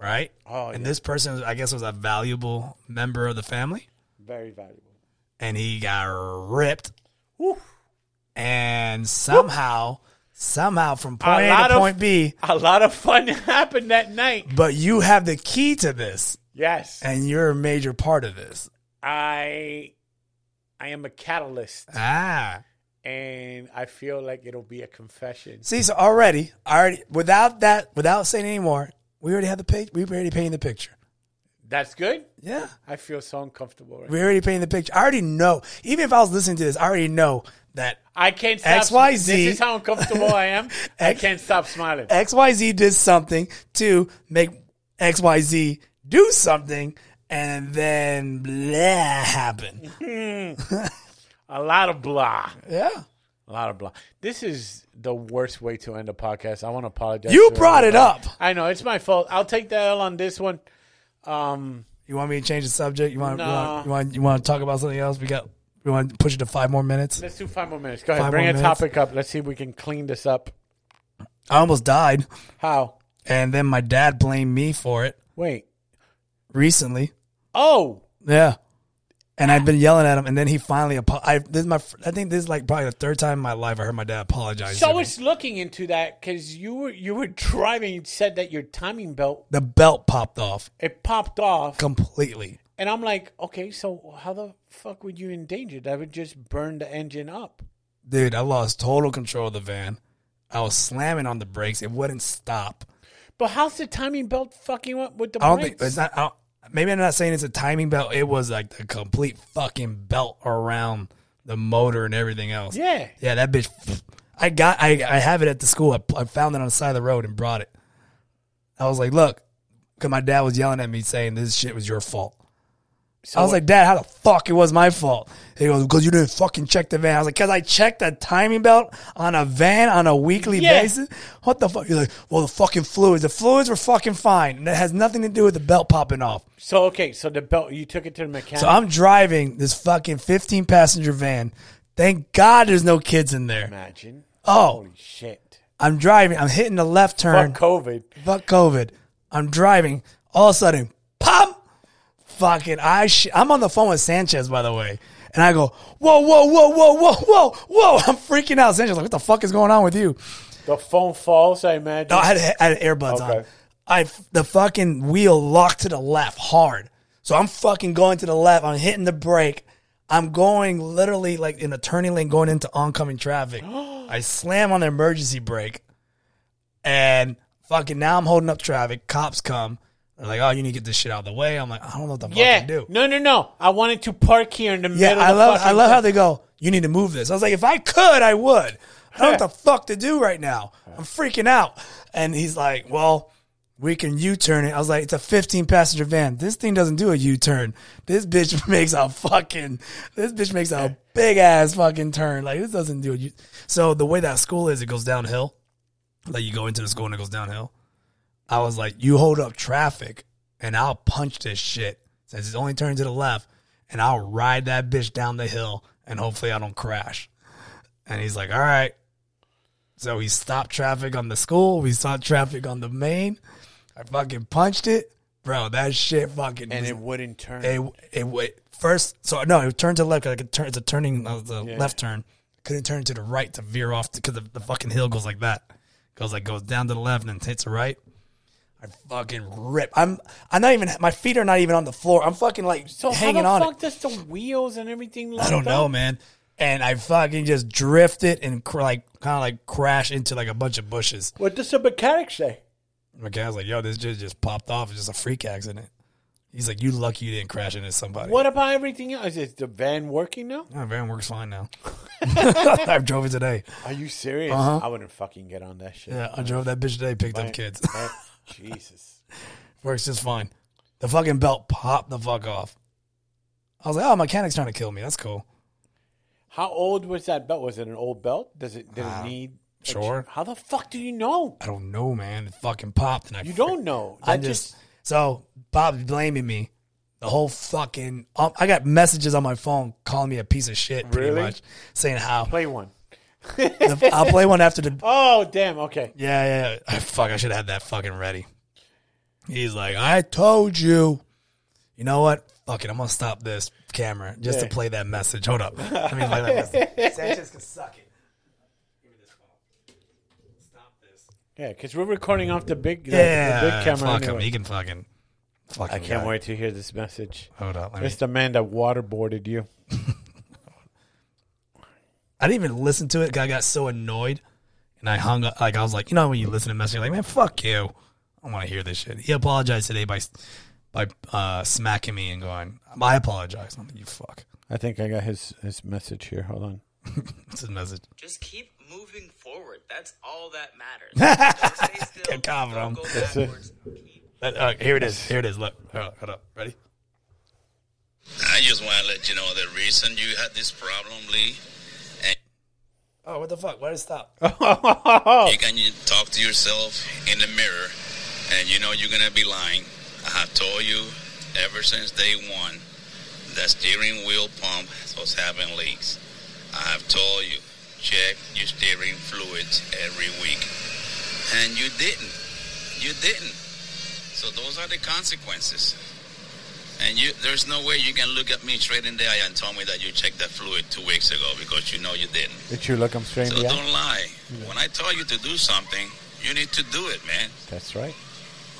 S2: right?
S1: Oh,
S2: and
S1: yeah.
S2: this person I guess was a valuable member of the family
S1: Very valuable.
S2: and he got ripped
S1: Whew.
S2: and somehow, somehow from point A,
S1: lot
S2: to
S1: of-
S2: point B,
S1: A lot of fun happened that night.
S2: but you have the key to this,
S1: Yes.
S2: and you're a major part of this.
S1: I, I am a catalyst,
S2: Ah,
S1: and I feel like it'll be a confession.
S2: see, so already, already, without that, without saying any more, we already had the page. We already painted the picture.
S1: That's good.
S2: Yeah.
S1: I feel so uncomfortable. Right now.
S2: We already painted the picture. I already know. Even if I was listening to this, I already know that
S1: I can't stop.
S2: X, Y,
S1: This
S2: Z.
S1: is how uncomfortable I am. I
S2: X-
S1: can't stop smiling.
S2: XYZ did something to make XYZ do something and then blah happened.
S1: A lot of blah.
S2: Yeah.
S1: A lot of blah. This is the worst way to end a podcast. I want to apologize.
S2: You
S1: to
S2: brought it
S1: everybody.
S2: up.
S1: I know it's my fault. I'll take the L on this one. Um,
S2: You want me to change the subject? You want, you
S1: No.
S2: want you want you want to talk about something else? We got we want to push it to five more minutes.
S1: let's do five more minutes. Go ahead,
S2: Five
S1: bring a
S2: more minutes.
S1: topic up. Let's see if we can clean this up.
S2: I almost died
S1: How?
S2: and then my dad blamed me for it
S1: Wait.
S2: recently.
S1: Oh,
S2: Yeah. And I've been yelling at him, and then he finally. apo- I this is my. fir- I think this is like probably the third time in my life I heard my dad apologize. to
S1: so
S2: me.
S1: it's looking into that because you were you were driving. You said that your timing belt
S2: the belt popped off
S1: it popped off,
S2: completely.
S1: and I'm like, okay, so how the fuck would you endanger? That would just burn the engine up.
S2: dude, I lost total control of the van. I was slamming on the brakes; it wouldn't stop.
S1: But how's the timing belt fucking up with the
S2: I don't
S1: brakes?
S2: think it's not. I don't, maybe I'm not saying it's a timing belt. It was like the complete fucking belt around the motor and everything else.
S1: yeah.
S2: yeah, that bitch. I got. I I have it at the school. I, I found it on the side of the road and brought it. I was like, look, because my dad was yelling at me saying this shit was your fault.
S1: So
S2: I was like, Dad, how the fuck it was my fault? He goes, because you didn't fucking check the van. I was like, because I checked the timing belt on a van on a weekly
S1: Yeah.
S2: basis. What the fuck? He's like, well, the fucking fluids. The fluids were fucking fine. And it has nothing to do with the belt popping off.
S1: So okay, so the belt you took it to the mechanic.
S2: So I'm driving this fucking 15 passenger van. Thank God there's no kids in there.
S1: Imagine.
S2: Oh,
S1: Holy shit.
S2: I'm driving. I'm hitting the left turn.
S1: Fuck COVID.
S2: Fuck COVID. I'm driving. All of a sudden, pop! Fucking, I sh- I'm on the phone with Sanchez, by the way. And I go, whoa, whoa, whoa, whoa, whoa, whoa, whoa. I'm freaking out. Sanchez, like, what the fuck is going on with you?
S1: The phone falls, I imagine.
S2: No, I had, I had earbuds on.
S1: Okay.
S2: I, the fucking wheel locked to the left hard. So I'm fucking going to the left. I'm hitting the brake. I'm going literally like in a turning lane going into oncoming traffic. I slam on the emergency brake and fucking now I'm holding up traffic. Cops come. They're like, oh, you need to get this shit out of the way. I'm like, I don't know what the
S1: yeah.
S2: fuck to do.
S1: No, no, no. I wanted to park here in the
S2: Yeah,
S1: middle
S2: I
S1: of
S2: love
S1: fucking
S2: I love how they go, you need to move this. I was like, if I could, I would. I don't know what the fuck to do right now. I'm freaking out. And he's like, Well, we can U turn it. I was like, it's a 15 passenger van. This thing doesn't do a U turn. This bitch makes a fucking, this bitch makes a big ass fucking turn. Like, this doesn't do a U. So, the way that school is, it goes downhill. Like, you go into the school and it goes downhill. I was like, you hold up traffic and I'll punch this shit since it's only turned to the left and I'll ride that bitch down the hill and hopefully I don't crash. And he's like, all right. So we stopped traffic on the school. We stopped traffic on the main. I fucking punched it. Bro, that shit fucking.
S1: and
S2: was-
S1: it wouldn't turn.
S2: it, it, it first so no it turned to the left 'cause I could turn it's a turning uh, the left turn couldn't turn to the right to veer off because the, the fucking hill goes like that goes like goes down to the left and then hits the right I fucking rip I'm I'm not even my feet are not even on the floor I'm fucking like
S1: so
S2: hanging
S1: how
S2: on
S1: the
S2: it.
S1: fuck does the wheels and everything
S2: I don't know, man. And I fucking just drifted and cr- like kind of like crashed into like a bunch of bushes.
S1: What does the mechanic say?
S2: My guy's like, "Yo, this just just popped off. It's just a freak accident." He's like, "You lucky you didn't crash into somebody."
S1: What about everything else? Is the van working now?
S2: My van Oh, works fine now. I drove it today.
S1: Are you serious? I wouldn't fucking get on that shit.
S2: Uh-huh. Yeah, I drove that bitch today. Picked up kids.
S1: Eh, Jesus.
S2: works just fine. The fucking belt popped the fuck off. I was like, "Oh, mechanic's trying to kill me. That's cool."
S1: How old was that belt? Was it an old belt? Does it did it need a ch-
S2: sure.
S1: How the fuck do you know?
S2: I don't know, man. It fucking popped, and I
S1: You
S2: freaked
S1: don't know. That
S2: I just, so Bob's blaming me. The whole fucking um, I got messages on my phone calling me a piece of shit, pretty
S1: Really?
S2: much, saying how
S1: play one.
S2: I'll play one after the
S1: Oh damn! Okay.
S2: yeah yeah. yeah. Ah, fuck, I should have had that fucking ready. He's like, I told you. You know what? Fuck it, I'm gonna stop this camera just
S1: Yeah.
S2: to play that message. Hold up, let me play that message. Sanchez can suck it. Give me this phone. Stop this.
S1: Yeah, because we're recording off the big, the, the
S2: Yeah,
S1: big camera.
S2: Fuck him.
S1: anyway.
S2: He can fucking. Fucking
S1: I can't
S2: guy.
S1: wait to hear this message.
S2: Hold up. Let me
S1: It's the man that waterboarded you.
S2: I didn't even listen to it 'cause I got so annoyed and I hung up. Like, I was like, you know, when you listen to messages, you're like, man, fuck you. I don't want to hear this shit. He apologized today by by uh, smacking me and going, "I apologize." I'm like, "You fuck."
S1: I think I got his his message here. Hold on.
S2: It's his message.
S3: Just keep moving forward. That's all that matters. Don't stay still.
S2: Get confident.
S3: Don't go
S1: it.
S3: backwards. Keep
S2: Uh, uh, here it is. Here it is. Look, hold up. Hold up. Ready?
S4: I just want to let you know the reason you had this problem, Lee. And
S2: Oh, what the fuck? Where did it stop?
S4: you can you talk to yourself in the mirror, and you know you're gonna be lying. I have told you ever since day one that steering wheel pump was having leaks. I have told you check your steering fluids every week, and you didn't. You didn't. So those are the consequences. And you, there's no way you can look at me straight in the eye and tell me that you checked that fluid two weeks ago because you know you didn't.
S1: Did you look him straight in
S4: So
S1: the eye?
S4: don't lie. When I tell you to do something, you need to do it, man.
S1: That's right.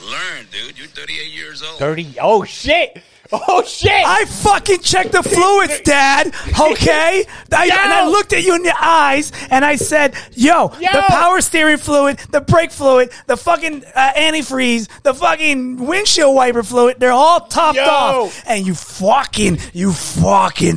S4: Learn, dude. You're 38 years old.
S1: Thirty. Oh shit! Oh shit!
S2: I fucking checked the fluids, Dad. Okay, I, and I
S1: Yo!
S2: looked at you in the eyes and I said, "Yo,
S1: Yo!
S2: the power steering fluid, the brake fluid, the fucking uh, antifreeze, the fucking windshield wiper fluid—they're all topped
S1: Yo!
S2: off." And you fucking, you fucking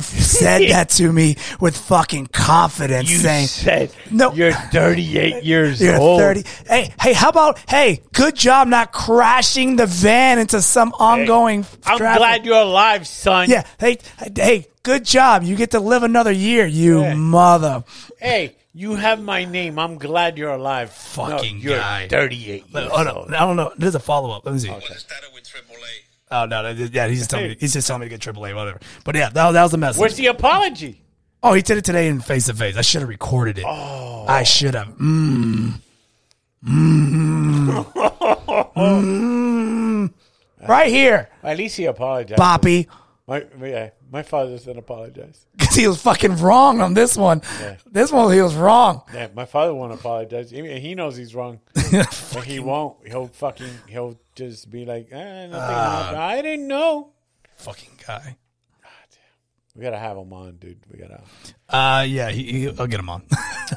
S2: said that to me with fucking confidence,
S1: you
S2: saying,
S1: said
S2: No.
S1: You're 38 years
S2: You're
S1: old.
S2: 30. Hey, hey, how about hey, good job not crashing the van into some ongoing
S1: I'm
S2: traffic.
S1: glad you're alive, son.
S2: Yeah, hey, hey, good job. You get to live another year, you
S1: Yeah.
S2: mother.
S1: Hey, you have my name. I'm glad you're alive.
S2: Fucking
S1: no, you're
S2: guy.
S1: 38. years
S2: Oh no,
S1: old.
S2: I don't know. There's a follow up. Let me see.
S4: Well, it started with AAA.
S2: Oh no, no, yeah, he's just telling me. He's just telling me to get AAA, whatever. But yeah, that, that was the message.
S1: Where's the apology?
S2: oh, he did it today in face to face. I should have recorded it. I should have. Mm. Mm. Mm. Right here,
S1: At least he apologized.
S2: Boppy.
S1: My, yeah, my father doesn't apologize.
S2: Because he was fucking wrong on this one. This one, he was wrong.
S1: Yeah, my father won't apologize. He, he knows he's wrong, but he won't. He'll fucking he'll just be like, eh, nothing
S2: Ah.
S1: happened. I didn't know.
S2: Fucking guy.
S1: We gotta have him on, dude. We gotta.
S2: Uh, yeah, he, he, I'll get him on.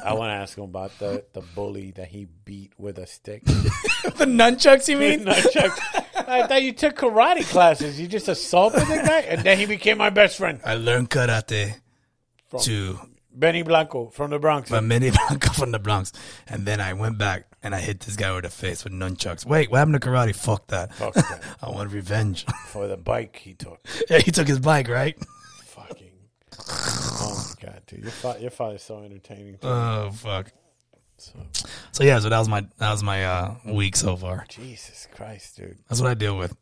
S1: I want to ask him about the the bully that he beat with a stick.
S2: the nunchucks, you mean?
S1: No, Chuck, I thought you took karate classes. You just assaulted the guy, and then he became my best friend,
S2: I learned karate to
S1: Benny Blanco from the Bronx.
S2: my mini Blanco from the Bronx, and then I went back and I hit this guy with the face with nunchucks. Wait, what happened to karate? Fuck that!
S1: Fuck that.
S2: I want revenge.
S1: for the bike he took.
S2: yeah, he took his bike, right?
S1: Fucking. Oh my god, dude! Your fa- your father's so entertaining. Too.
S2: Oh fuck!
S1: So,
S2: So yeah, so that was my that was my uh, week so far.
S1: Jesus Christ, dude.
S2: That's what I deal with.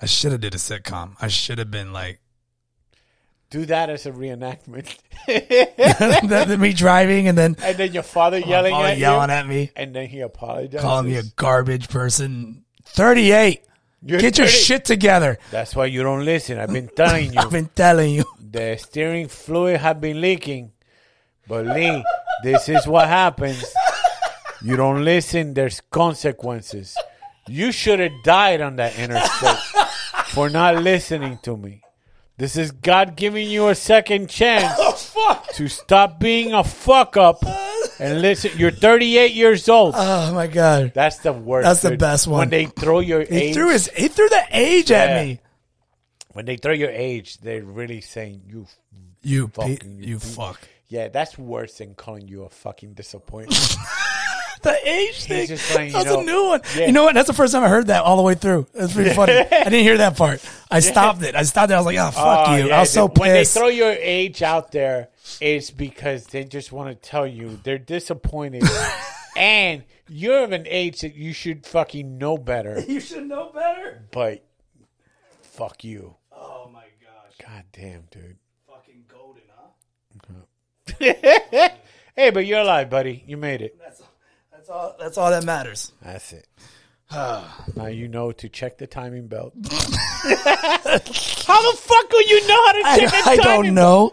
S2: I should have did a sitcom. I should have been like
S1: Do that as a reenactment,
S2: me driving and then
S1: and then your father yelling
S2: my father
S1: at
S2: yelling
S1: you,
S2: at me,
S1: and then he apologizes.
S2: calling me a garbage person. Thirty eight.
S1: You're
S2: Get your
S1: 30.
S2: shit together.
S1: That's why you don't listen. I've been telling you.
S2: I've been telling you.
S1: the steering fluid had been leaking. But Lee, this is what happens. You don't listen, there's consequences. You should have died on that interstate for not listening to me. This is God giving you a second chance
S2: Oh,
S1: to stop being a fuck up and listen. You're 38 years old.
S2: Oh my god.
S1: That's the worst.
S2: That's the
S1: dude.
S2: best one.
S1: When they throw your
S2: He
S1: age,
S2: threw his he threw the age
S1: Yeah.
S2: at me.
S1: when they throw your age, they're really saying you
S2: You
S1: Fucking
S2: pe-
S1: you
S2: you fuck.
S1: Yeah, that's worse than calling you a fucking disappointment.
S2: The age thing.
S1: just saying, you
S2: That's
S1: know,
S2: a new one.
S1: yeah.
S2: You know what? That's the first time I heard that all the way through. That's pretty funny. I didn't hear that part. I stopped it. I stopped it. I was like, oh fuck
S1: Oh,
S2: you.
S1: yeah,
S2: I was so
S1: they- When they
S2: pissed.
S1: throw your age out there, it's because they just want to tell you they're disappointed, and you're of an age that you should fucking know better.
S2: you should know better.
S1: But fuck you,
S2: Oh my gosh.
S1: god damn, dude.
S2: Fucking golden, huh?
S1: Hey, but you're alive, buddy. You made it.
S2: That's that's all that's all that matters.
S1: That's it. now you know to check the timing belt. how the fuck will you know how to
S2: I,
S1: check a
S2: I
S1: timing belt?
S2: don't know.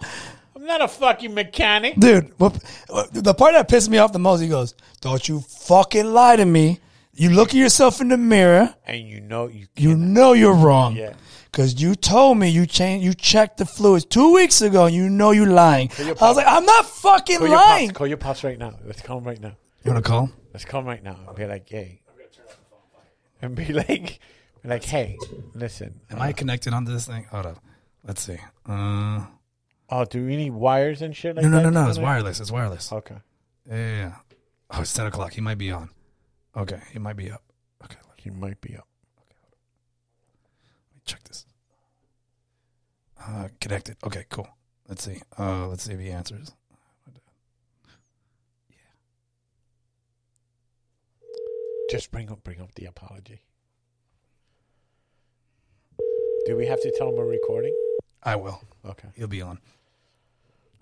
S1: I'm not a fucking mechanic.
S2: Dude, what, what- the part that pissed me off the most, he goes, Don't you fucking lie to me. You look at yourself in the mirror.
S1: And you know you
S2: You know you're wrong.
S1: Yeah.
S2: Cause you told me you changed, you checked the fluids two weeks ago, and you know you lying. I
S1: your
S2: was like, I'm not fucking
S1: call your
S2: lying.
S1: pops. Call your pops right now. Let's call him right now.
S2: You wanna call?
S1: Let's call him right now and be like, hey. And be like, Like, hey, listen.
S2: Am I connected onto this thing? Hold up. Let's see. Uh,
S1: Oh, do we need wires and shit like
S2: no, no,
S1: that?
S2: no, no.
S1: to
S2: It's
S1: connect?
S2: wireless. It's wireless.
S1: Okay.
S2: Yeah, yeah, yeah. Oh, it's 10 o'clock. He might be on. Okay. He might be up. Okay. Let
S1: He might be up.
S2: me check this. Uh, connected. Okay, cool. Let's see. Uh, let's see if he answers.
S1: Just bring up, bring up the apology. Do we have to tell him we're recording?
S2: I will.
S1: Okay.
S2: He'll be on.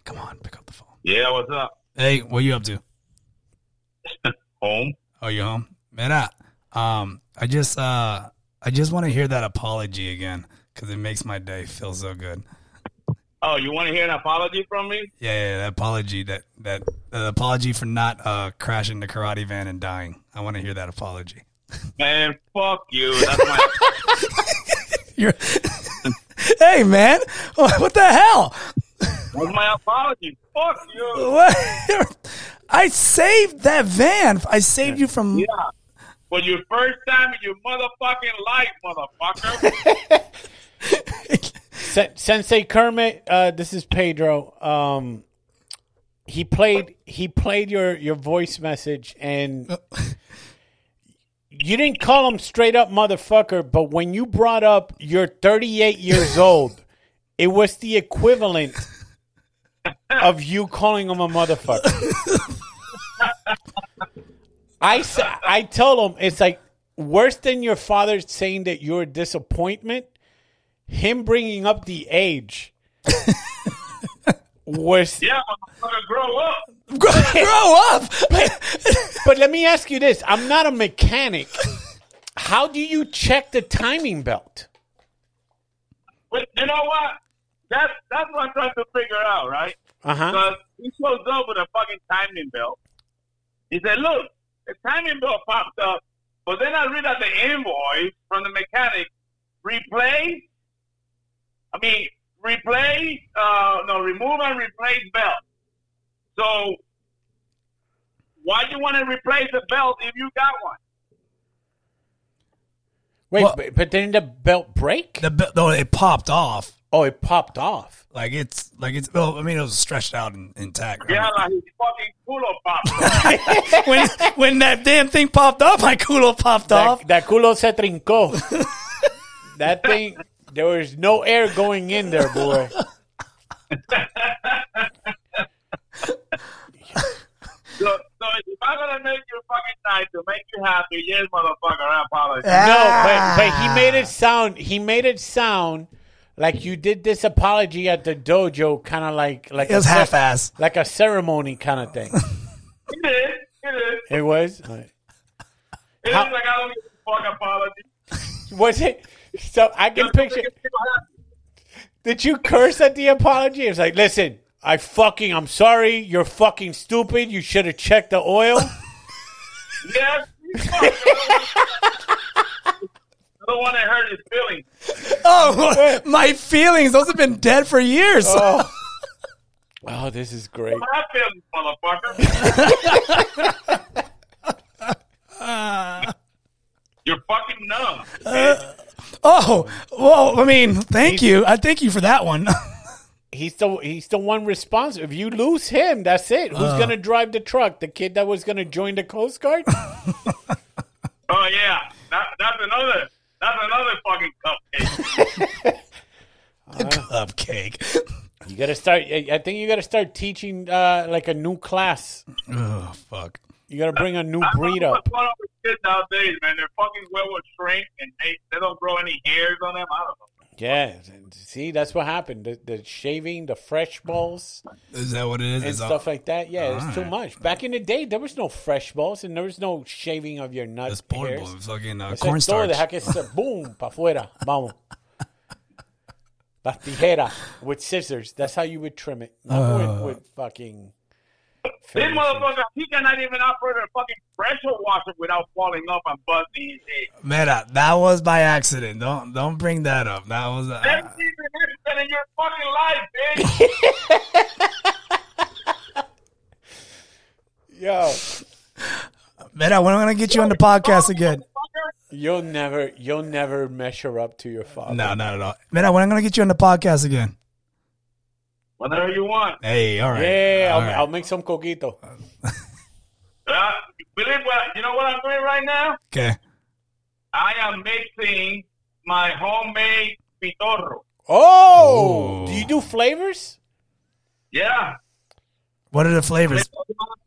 S2: Come on. Pick up the phone.
S5: Yeah, what's up?
S2: Hey, what you up to?
S5: Home?
S2: Oh, you home? Mira, um, I just, uh, I just want to hear that apology again because it makes my day feel so good.
S5: Oh, you want to hear an apology from me?
S2: Yeah, yeah, that apology, that that the apology for not uh, crashing the karate van and dying. I want to hear that apology.
S5: Man, fuck you. That's my.
S2: You're, hey, man, what the hell?
S5: that's my apology. Fuck you.
S2: What? I saved that van. I saved you from.
S5: Yeah. For your first time in your motherfucking life, motherfucker.
S1: Sen- Sensei Kermit, uh, this is Pedro. Um, he played he played your, your voice message and you didn't call him straight up motherfucker, but when you brought up you're 38 years old, it was the equivalent of you calling him a motherfucker. I s- I told him it's like worse than your father saying that you're a disappointment him bringing up the age was.
S5: yeah, motherfucker, grow up.
S2: Grow, grow up.
S1: But let me ask you this: I'm not a mechanic. How do you check the timing belt?
S5: But you know what? That's that's what I'm trying to figure out, right?
S1: Uh huh.
S5: Because he shows up with a fucking timing belt. He said, "Look, the timing belt popped up," but then I read out the invoice from the mechanic. Replace. I mean, replace. Uh, no, remove and replace belt. So, why do you want to replace the belt if you got one?
S1: Wait,
S2: Well-
S1: but, but then the belt break?
S2: the be- no, it popped off.
S1: oh, it popped off.
S2: Like it's like it's. Well, I mean, it was stretched out and intact. right?
S5: Yeah, like his fucking culo popped. up.
S2: when when that damn thing popped off, my culo popped off.
S1: That, that culo se trincó. that thing. There was no air going in there, boy.
S5: so, so if I'm gonna make you fucking nice to make you happy, yes, motherfucker, I apologize.
S1: No, but but he made it sound he made it sound like you did this apology at the dojo, kind of like like
S2: It was
S1: a
S2: half
S1: cer-
S2: ass.
S1: like a ceremony kind of thing.
S5: It is. It is.
S1: it was.
S5: It is
S1: How-
S5: like I don't give a fuck apology.
S1: Was it? So I can
S5: Just
S1: picture.
S5: make people happy.
S1: Did you curse at the apology? It's like, listen, I fucking, I'm sorry. You're fucking stupid. You should have checked the oil.
S5: Yes. you fuck. the one that hurt his feelings.
S2: Oh, my feelings. Those have been dead for years.
S1: oh. oh, this is great.
S5: My feelings, motherfucker. You're fucking numb.
S2: Oh, well, I mean, thank you. I thank you for that one.
S1: He's the he's the one responsible. If you lose him, that's it. Who's gonna drive the truck? The kid that was gonna join the Coast Guard?
S5: Oh yeah, that, that's another. That's another fucking cupcake.
S2: Cupcake.
S1: you gotta start. I I think you gotta start teaching uh, like a new class.
S2: Oh, fuck.
S1: You gotta bring a new
S5: I don't
S1: breed
S5: know
S1: up.
S5: what's going on with kids nowadays, man? They're fucking well with shrink and they, they don't grow any hairs on them. I don't know.
S1: Yeah, see, that's what happened. The, the shaving, the fresh balls.
S2: Is that what it is?
S1: and
S2: It's all-
S1: stuff like that. Yeah, it's too
S2: Alright.
S1: much. Back in the day, there was no fresh balls and there was no shaving of your nuts.
S2: it's portable. It's fucking uh,
S1: Todo
S2: cornstarch.
S1: deja que se boom pa fuera. Vamos. Las tijeras with scissors. That's how you would trim it. Not
S2: Uh.
S1: with, with fucking.
S5: This
S1: fingers.
S5: motherfucker, he cannot even operate a fucking pressure washer without falling off and busting his head.
S2: Meta, that was by accident. Don't don't bring that up. That was.
S5: That's
S2: Uh,
S5: even in your fucking life, bitch.
S1: Yo,
S2: Meta, when am I going to get you on the podcast again?
S5: Fucker.
S1: You'll never, you'll never measure up to your father.
S2: No, not at all. Man, when I'm gonna get you on the podcast again?
S5: Whatever you want.
S2: Hey, all right.
S1: Yeah,
S2: all
S1: I'll,
S2: right.
S1: I'll make some coquito.
S5: Uh, believe what? You know what I'm doing right now?
S2: okay.
S5: I am mixing my homemade pitorro.
S1: Oh,
S2: Ooh.
S1: do you do flavors?
S5: Yeah.
S2: What are the flavors?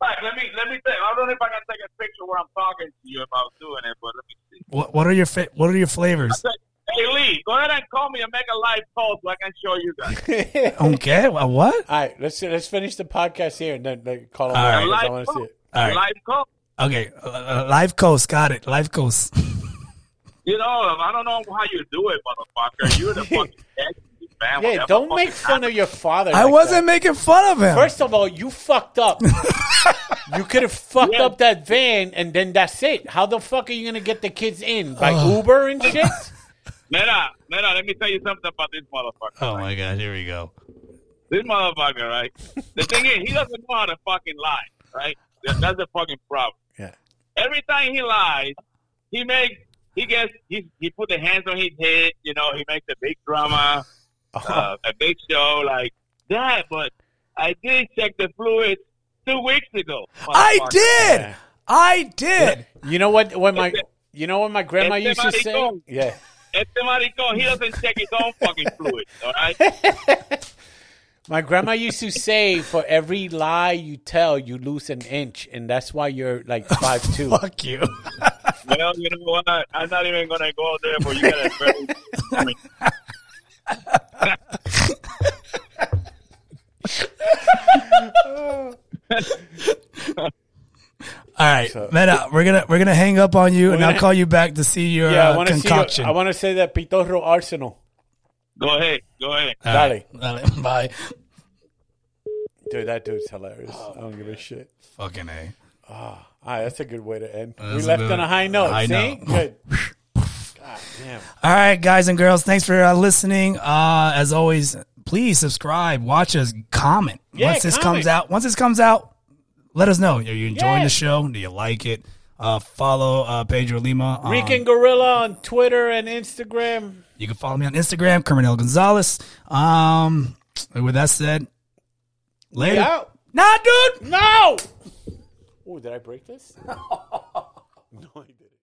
S5: Let let me let me say. I don't know if I can take a picture where I'm talking to you about doing it, but let me see.
S2: What, what are your fa- What are your flavors?
S5: Hey Lee, go ahead and call me and make a live poll so I can show you guys.
S1: All
S2: Okay. wha- What?
S1: right, let's let's finish the podcast here and then like, call him.
S2: All
S1: back
S2: right.
S1: 'cause I
S5: Live
S1: want to
S5: poll.
S1: see it.
S2: All right.
S5: Live poll.
S2: Okay. Uh, uh, live coast. Got it. Live coast.
S5: You know, I don't know how you do it, motherfucker. You're the fucking best man.
S1: Yeah,
S5: Whatever
S1: don't
S5: fucking
S1: make fun of your father.
S2: I
S1: like
S2: wasn't
S1: that.
S2: making fun of him.
S1: First of all, you fucked up. you could have fucked
S5: Yeah.
S1: up that van, and then that's it. How the fuck are you gonna get the kids in by Uber and shit?
S5: Mira, mira, let me tell you something about this motherfucker.
S2: oh my gosh. Here we go.
S5: This motherfucker, right? The thing is, he doesn't know how to fucking lie, right? That, that's the fucking problem.
S1: yeah.
S5: Every time he lies, he makes, he gets, he, he put the hands on his head, you know, he makes a big drama, uh, a big show, like, that, but I did check the fluids two weeks ago.
S2: I
S5: motherfucker."
S2: did.
S1: Yeah.
S2: I did.
S1: You know what? When my you know what my grandma
S5: Este
S1: used to say?
S5: maricón.
S1: Yeah.
S5: Este maricón, he doesn't check his own fucking fluids, all right?
S1: My grandma used to say, "For every lie you tell, you lose an inch," and that's why you're like five two.
S2: Fuck you.
S5: Well, you know what? I'm not even gonna go there, but you gotta. very- I mean,
S2: All right, Meta, we're gonna we're gonna hang up on you, and I'll
S1: gonna-
S2: call you back to see your
S1: Yeah, I
S2: uh,
S1: want to see.
S2: concoction.
S1: I want to say that Pitorro Arsenal.
S5: go ahead, go ahead.
S2: All right. Dale, bye.
S1: Dude, that dude's hilarious. I don't give a shit.
S2: Fucking a.
S1: All right, that's a good way to end. we
S2: That's a
S1: left
S2: good-
S1: on a high note.
S2: high
S1: see,
S2: note.
S1: good. God damn.
S2: All right, guys and girls, thanks for uh, listening. Uh, as always, please subscribe, watch us, comment.
S1: Yeah,
S2: once this
S1: comment.
S2: comes out, once this comes out, let us know. Are you enjoying
S1: Yeah.
S2: the show? Do you like it? Uh, follow uh, Pedro Lima. On,
S1: Rican Gorilla on Twitter and Instagram.
S2: You can follow me on Instagram, Criminal Gonzalez. Um, with that said, later.
S1: Yeah.
S2: Nah, dude.
S1: No. Oh, did I break this? no, I didn't.